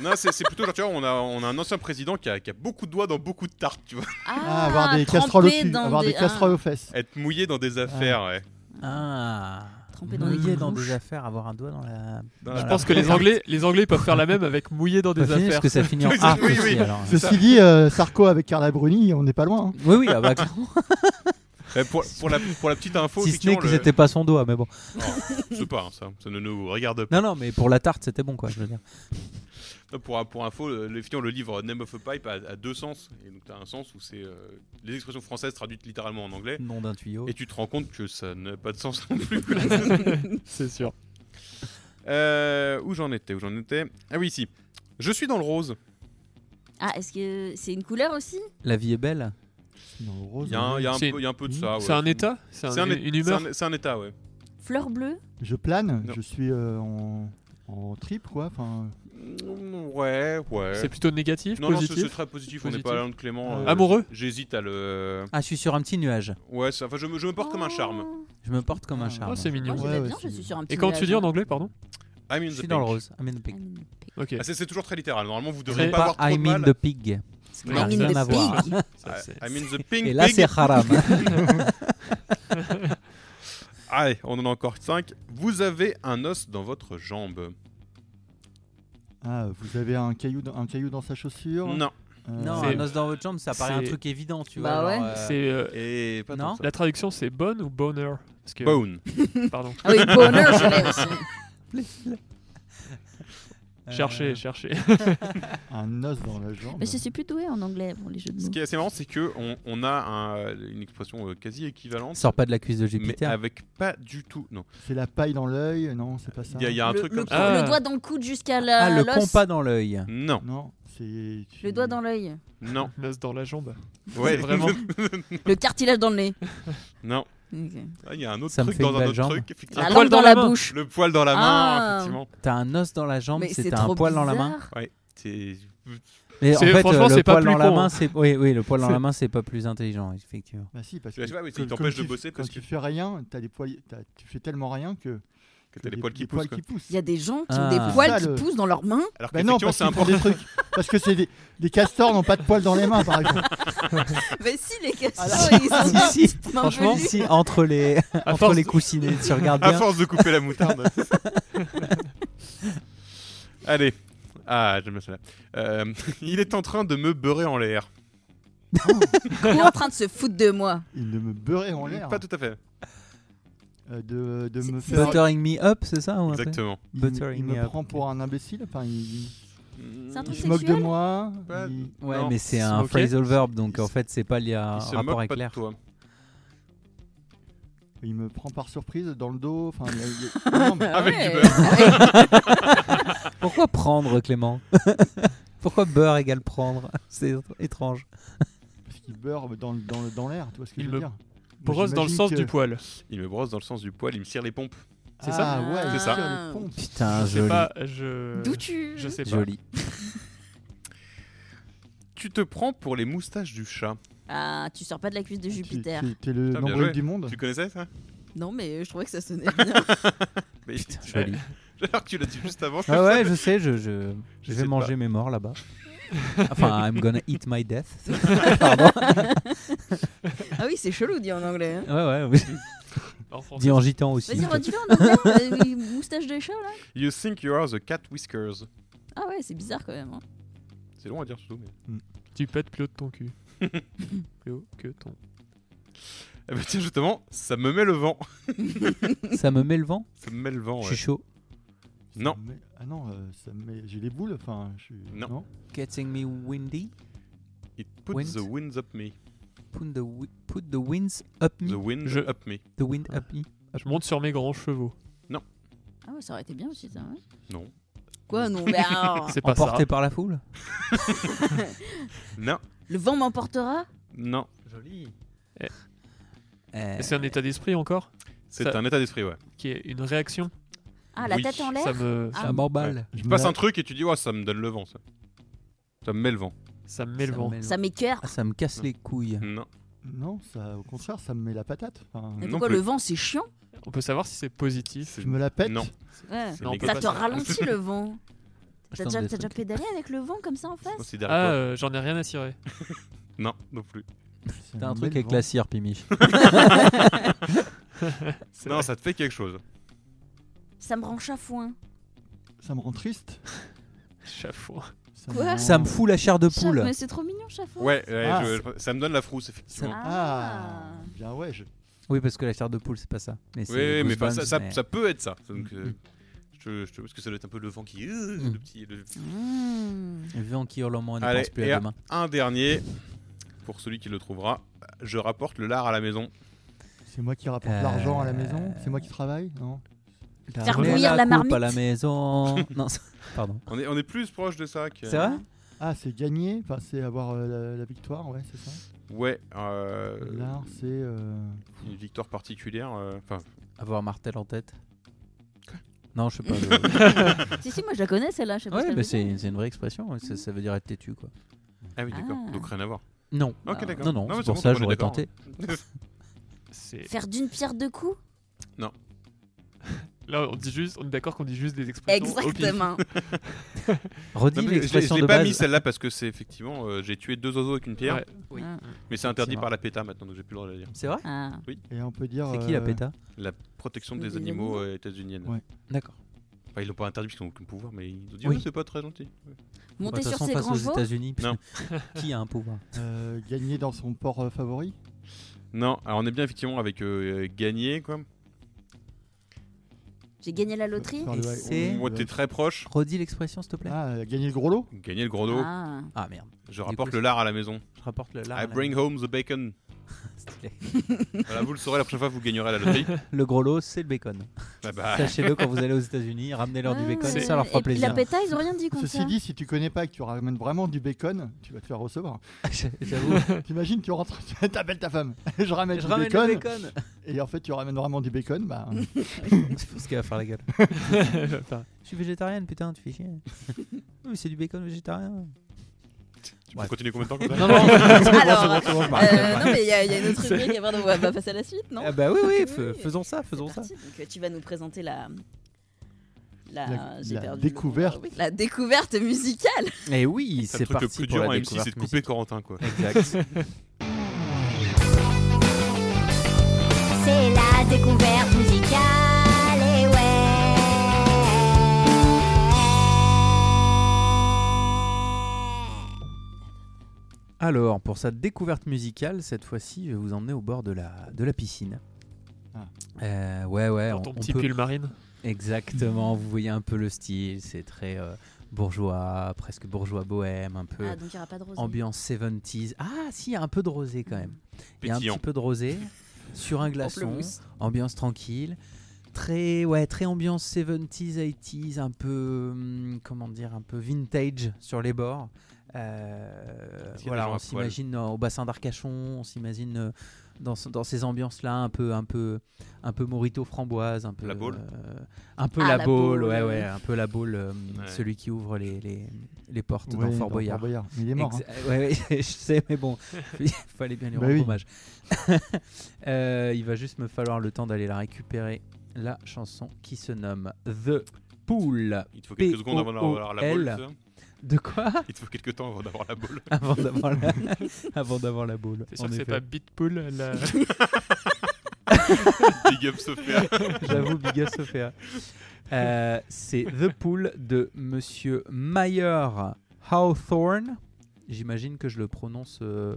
non, c'est c'est plutôt genre, tu vois, on a, on a un ancien président qui a, qui a beaucoup de doigts dans beaucoup de tartes, tu vois. <laughs> Ah, avoir des trempé casseroles au cul, dans avoir des ah, casseroles aux fesses. Être mouillé dans des affaires, ouais. Ah. Trempé dans des Mouillé dans couches. des affaires, avoir un doigt dans la. Dans Je la- Je pense que <laughs> les Anglais, les Anglais peuvent faire la même avec mouiller dans Pas des fini, affaires. parce que ça finit <laughs> en Oui, arc oui, aussi, oui. alors. Ceci dit, euh, Sarko avec Carla Bruni, on n'est pas loin. hein. Oui, oui, <laughs> ah bah, clairement. Eh, pour, pour la, pour la petite info, si ce n'est effectivement, que le- c'était pas son doigt, mais bon. je sais pas, hein, ça, ça ne nous regarde pas. Non, non, mais pour la tarte, c'était bon, quoi, je veux dire. Non, Pour, pour info, le, effectivement, le livre Name of a Pipe a, a deux sens. Et donc, t'as un sens où c'est euh, les expressions françaises traduites littéralement en anglais. Nom d'un tuyau. Et tu te rends compte que ça n'a pas de sens non plus. <laughs> C'est sûr. Euh, où j'en étais, où j'en étais. Ah oui, si. Je suis dans le rose. Ah, est-ce que c'est une couleur aussi La vie est belle. Dans le Il rose, y, a un- il y a un C'est- peu- il y a un peu de Hmm. ça. ouais. C'est un état C'est C'est un- un é- une humeur c'est un- C'est un état, ouais. Fleur bleue Je plane, Non. je suis euh, en, en trip, quoi. Enfin, Mm, Ouais, ouais. C'est plutôt négatif, non, non, c'est- positif c'est très positif. On n'est Positif. pas loin de Clément. Euh, Amoureux J'hésite à le. Ah, je suis sur un petit nuage. Ouais, ça, enfin, je, me, je me porte comme un charme. Je me porte comme un Ah, charme. Oh, c'est Moi, mignon. je Ouais, vais ouais, Oh. bien, je c'est- suis sur un petit Et quand tu dis en nuage. anglais, pardon I'm in Je the suis dans le pink. rose. I'm in the pig. Ok. Ah, c'est c'est toujours très littéral. Normalement, vous C'est devriez pas Pas avoir trop de I'm in mal. the pig. I'm Ça n'a in rien the à voir. pig. Ça, Ah, c'est- I'm in the pink Et là, pig. c'est haram. Allez, on en a encore 5. Vous avez un os dans votre jambe. ah, vous avez un caillou, dans- un caillou dans sa chaussure Non. Euh, non, C'est- un os dans votre chambre, ça paraît un c'est- truc évident, tu vois. Bah genre, ouais. euh, c'est, euh, Et pas Non. tant que La traduction, c'est bonne ou bonheur Parce que, ça. Bone. Pardon. Ah <laughs> oui, bonheur, je l'ai aussi. euh, Cherchez, cherchez. <laughs> Un os dans la jambe. Mais je suis plus douée en anglais pour les jeux de Ce mots. qui est assez marrant, c'est que on, on a un- une expression euh, quasi équivalente, Sors pas de la cuisse de mais Jupiter. avec pas du tout. Non. C'est la paille dans l'œil Non, c'est pas ça. Il y a, il y a un le, truc le comme cou- ça. ça. le doigt dans le coude jusqu'à la. Ah, le l'os. compas dans l'œil. Non. Non, c'est. tu- Le doigt dans l'œil. <laughs> Non. L'os dans la jambe. Ouais, <laughs> vraiment. Le cartilage dans le nez. non. Ok. Ah, Il y a un autre Ça me truc fait dans une un belle autre jambe. truc. La effectivement. Un langue poil dans, dans la la main. bouche. Le poil dans la main, Ah. effectivement. T'as un os dans la jambe, Mais c'est c'est un trop poil dans la main. bizarre. Ouais. C'est- Mais en C'est- fait, franchement, euh, le c'est pas poil plus dans la con, main, hein. c'est oui, oui, le poil dans C'est- la main, c'est pas plus intelligent, effectivement. Bah si, parce Je que. sais pas, oui, comme- il t'empêche comme tu- de bosser Quand parce tu que- fais rien, t'as des poils, t'as- tu fais tellement rien que. Que t'as que les poils qui poussent. quoi. Il y a des gens qui Ah. ont des poils Ça, qui le- poussent dans leurs mains. Alors Bah non, qu'effectivement, parce c'est qu'ils font important. des trucs. Parce que c'est des, les castors n'ont pas de poils dans les mains, par <laughs> exemple. Mais si, les castors, Ah ils Si, sont <laughs> si, Franchement, si, si, entre <laughs> les, À entre force, les coussinets, tu regardes À bien. force de couper la moutarde. <laughs> <laughs> Allez. Ah, j'aime bien celle-là. Euh, il est en train de me beurrer en l'air. Il est en train de se foutre de moi. Il ne me beurrait en l'air. Pas tout à fait. Euh, de, de me faire. Buttering me up, c'est ça ou un peu Exactement. Il, me- buttering il me me up. prend pour un imbécile. Enfin, il, C'est un il truc se moque de sexuel moi. Pas- il- Ouais, Non, mais c'est il se un moquait. phrasal verb, donc Il en se- fait, c'est pas lié à Il se Ah, rapport moque avec pas de l'air. toi. il me prend par surprise dans le dos. Enfin, il y a- il y a- <laughs> non, mais- Ah Avec ouais. du beurre. <laughs> <laughs> Pourquoi prendre, Clément <laughs> Pourquoi beurre égale prendre <laughs> C'est étrange. parce qu'il beurre dans, le- dans, le- dans l'air. Tu vois ce que Il je me veux dire Brosse dans le sens du poids. poil. Il me brosse dans le sens du poil, il me cire les pompes. Ah C'est ça ouais, Ah. il C'est ça. tire les pompes. Putain, Ah, Je sais joli. pas, je. Eh, D'où tu Je Eh ben, sais pas. Joli. Tu te prends pour les moustaches du chat. Ah, tu sors pas de la cuisse de Tu- Jupiter. tu- T'es le Putain, bien nombril joué. du monde. Tu connaissais ça Non, mais je trouvais que ça sonnait bien. Mais- <laughs> Putain, joli. Alors que tu l'as dit juste avant. Ah ouais, je sais, je, je, je sais vais pas. manger mes morts <laughs> là-bas. Enfin, I'm gonna eat my death. Pardon. ah oui, c'est chelou dit en anglais. hein. Ouais, <laughs> ouais, oui. En français. Dis en gitan aussi. Vas-y, redis-le en anglais. euh, oui, moustache de chat là. You think you are the cat whiskers. Ah ouais, c'est bizarre quand même. hein. C'est long à dire surtout. Mais... Tu pètes plus haut de <laughs> ton cul. plus haut que ton. Eh ben tiens justement, ça me met le vent. Ça me met le vent. Ça me met le vent. Je Ouais. suis chaud. Ça Non. me met- Ah non, euh, ça me met- j'ai les boules. Enfin, je suis- Non. Getting me windy. It puts Wind. the winds up me. Put the, wi- put the winds up me. The wind Je- up me. The wind up me. Ah, Je monte sur mes grands chevaux. Ah ouais, ça aurait été bien aussi ça. ouais. Non. Quoi, non mais Ah, alors, C'est pas ça. Emporté par la foule. Non. <laughs> Le vent m'emportera Non. Joli. Eh. Euh, C'est un état d'esprit encore C'est Ça- un état d'esprit, ouais. Qui est une réaction Ah, la Oui, tête en Ça l'air me, Ah. ça m'emballe. Je Tu me passes la- un truc et tu dis, ouais, ça me donne le vent, ça. Ça me met le vent. ça me met le Ça vent. le Ça m'écœure. Ah, ça me casse les couilles. Non. Non, ça, au contraire, ça me met la patate. Enfin, Mais Non pourquoi plus. le vent c'est chiant On peut savoir si c'est positif. C'est- je me la pète. Non. Ouais. C'est Non, on Ça négatif. peut pas te savoir. ralentit le vent. Je T'as tente déjà, des t'as déjà trucs. pédalé avec le vent comme ça en face Considère Ah, euh, j'en ai rien à cirer. toi. Non, non plus. Ça T'as un me truc met le avec vent. la cire, <laughs> Pimiche. Oh. C'est Non, vrai. ça te fait quelque chose. Ça me rend chafouin. Ça me rend triste. Chafouin. Ça Quoi rend- Ça me fout la chair de Chaf- poule. Mais c'est trop mignon, chafouin. Ouais, ouais, Ah. je- ça me donne la frousse, effectivement. Ah, Ah. bien ouais. Je... Oui, parce que la chair de poule, c'est pas ça. Mais Oui, c'est mais Goosebumps, enfin, ça, ça, mais- ça peut être ça. Donc, Mm, euh, mm. je, te- je te- parce que ça doit être un peu le vent qui. euh, Mm. le petit, le- Mmh. Le vent qui hurle en moi, on ne Allez, pense plus et à à- demain. Un dernier, pour celui qui le trouvera. Je rapporte le lard à la maison. C'est moi qui rapporte Euh, l'argent à la maison. C'est moi qui travaille. Non. Faire Ramenez bouillir la coupe marmite. à la <laughs> maison. non, c'est- pardon. On est, on est plus proche de ça que. C'est vrai Ah, c'est gagner. Enfin, c'est avoir euh, la, la victoire. Ouais, c'est ça. Ouais. euh, L'art, c'est. euh, une victoire particulière. euh, Enfin, Avoir Martel en tête. Non, je sais pas. <laughs> je- si, si, moi je la connais celle-là. Je sais pas ce ouais, qu'elle mais veut dire. c'est c'est une vraie expression. ouais, Ça, ça veut dire être têtu, quoi. ah oui, d'accord. Ah. Donc rien à voir. Non. Ok, Ah. d'accord. Non, non, mais c'est pour bon, ça on que est j'aurais d'accord. tenté. C'est- Faire d'une pierre deux coups Là, on dit juste, on est d'accord qu'on dit juste des expressions. au pif. Exactement. Non, Redis mais je l'ai- je l'expression l'ai de pas mis base. celle-là parce que c'est effectivement euh, j'ai tué deux oiseaux avec une pierre, Ouais. Oui. Ah. mais c'est interdit Effectivement. par la PETA maintenant donc j'ai plus le droit de la dire. C'est vrai Ah. Et on peut dire. C'est qui la euh, péta La protection Des des animaux animaux. euh, états-unienne. Ouais. D'accord. Enfin, ils l'ont pas interdit parce qu'ils n'ont aucun pouvoir, mais ils ont dit Oui. oh, c'est pas très gentil. Monter De toute sur façon, ses face grands aux chevaux États-Unis, Non. qui a un pouvoir euh, gagner dans son port euh, favori. Non, alors on est bien effectivement avec euh, euh, gagner quoi. J'ai gagné la loterie Par le- Et c'est- Moi t'es très proche. Redis l'expression, s'il te plaît. Ah, euh, gagner le gros lot. Gagner le gros dos. Ah. Ah merde, Je Du rapporte coup, le lard à la maison. je rapporte le lard. I bring home the <laughs> bacon. Stylé. voilà, vous le saurez la prochaine fois que vous gagnerez <laughs> la loterie. Le gros lot, c'est le bacon. Ah bah, Sachez-le quand <laughs> vous allez aux États-Unis, ramenez-leur du Ah, bacon, ouais. ça leur fera Et puis plaisir. La péta, ils ont rien dit contre Ceci ça. dit, si tu connais pas et que tu ramènes vraiment du bacon, tu vas te <laughs> faire recevoir. <laughs> J'avoue. T'imagines, tu rentres, <laughs> t'appelles ta femme. Je ramène Je du ramène bacon, le bacon. <laughs> Et en fait, tu ramènes vraiment du bacon. <laughs> Bah, C'est pour ce qu'il va faire la <laughs> gueule. Enfin, Je suis végétarienne, putain, tu fais chier. Oui, mais c'est du bacon <laughs> végétarien. tu peux Ouais. continuer combien de temps comme ça Non, non, Alors, c'est bon, je m'arrête. euh, non, mais il y, a- il y a une <laughs> autre rubrique, avant de- on va passer à la suite, non Eh, Ah bah oui, oui, Oui, fe- oui. faisons ça, C'est faisons ça. parti. Donc, euh, tu vas nous présenter la. La, La- j'ai la perdu le nom. découverte. Oui, la découverte musicale. Et Eh oui, C'est le c'est truc parti le plus pour dur en la MC, c'est de découverte couper Corentin quoi. Exact. C'est la découverte musicale, et ouais. Alors, pour sa découverte musicale, cette fois-ci, je vais vous emmener au bord de la, de la piscine. Ah. Euh, ouais, ouais. Dans on- ton on petit peut- pull marine. Exactement, vous voyez un peu le style, c'est très euh, bourgeois, presque bourgeois bohème, un peu Ah, donc il n'y aura pas de rosé. ambiance 70s. Ah, si, il y a un peu de rosé quand même. Il y a un Pétillant. petit peu de rosé sur un glaçon, Pamplemousse. ambiance tranquille. Très, ouais, très ambiance 70s, 80s, un peu, hum, comment dire, un peu vintage sur les bords. Euh, Tiens, les voilà, gens on à poil. s'imagine euh, au bassin d'Arcachon, on s'imagine euh, dans, ce- dans ces ambiances-là, un peu, un peu, un peu Morito framboise, un peu La Baule. euh, un peu Ah, la, la boule, Baule. ouais, ouais, un peu la boule, euh, Ouais. celui qui ouvre les, les, les portes Ouais, dans Fort dans Boyard. Mais il est mort. hein. Exa- ouais, ouais, <laughs> je sais, mais <laughs> bon, il fallait bien lui Bah rendre oui. hommage. <laughs> Euh, il va juste me falloir le temps d'aller la récupérer. La chanson qui se nomme The Pool. Il te faut quelques secondes avant d'avoir la boule. P-O-O-L. c'est ça De quoi Il te faut quelques temps avant d'avoir la boule. <laughs> Avant d'avoir la, <laughs> avant d'avoir la boule. T'es sûr en que c'est effet. pas Beatpool la... <laughs> Big up Sophia. J'avoue, Big up, Sophia. Euh, c'est The Pool de Monsieur Mayer Hawthorne. J'imagine que je le prononce. <laughs> euh,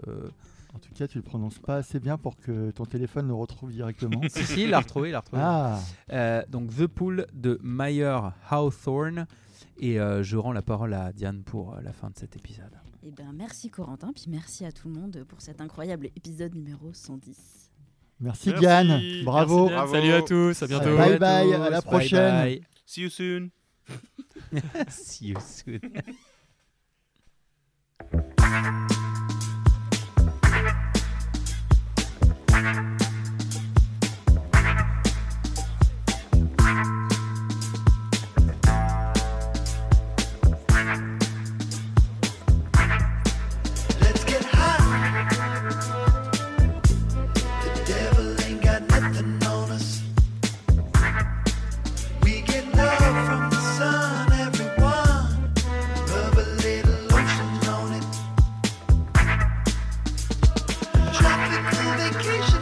En tout cas, tu le prononces pas assez bien pour que ton téléphone le retrouve <laughs> directement. Si, si, il l'a retrouvé, il l'a retrouvé. ah, Euh, donc The Pool de Mayer Hawthorne. Et euh, je rends la parole à Diane pour euh, la fin de cet épisode. Eh ben, merci Corentin, puis merci à tout le monde pour cet incroyable épisode numéro 110. merci, Merci. Diane. Bravo. Bravo. Merci, Diane. Salut à tous, à bientôt. Bye bye, à la Bye prochaine. bye. See you soon. <laughs> See you soon. Let's get high. The devil ain't got nothing on us. We get love from the sun, everyone. Rub a little lotion on it. Tropical vacation Oh, Oh, Oh,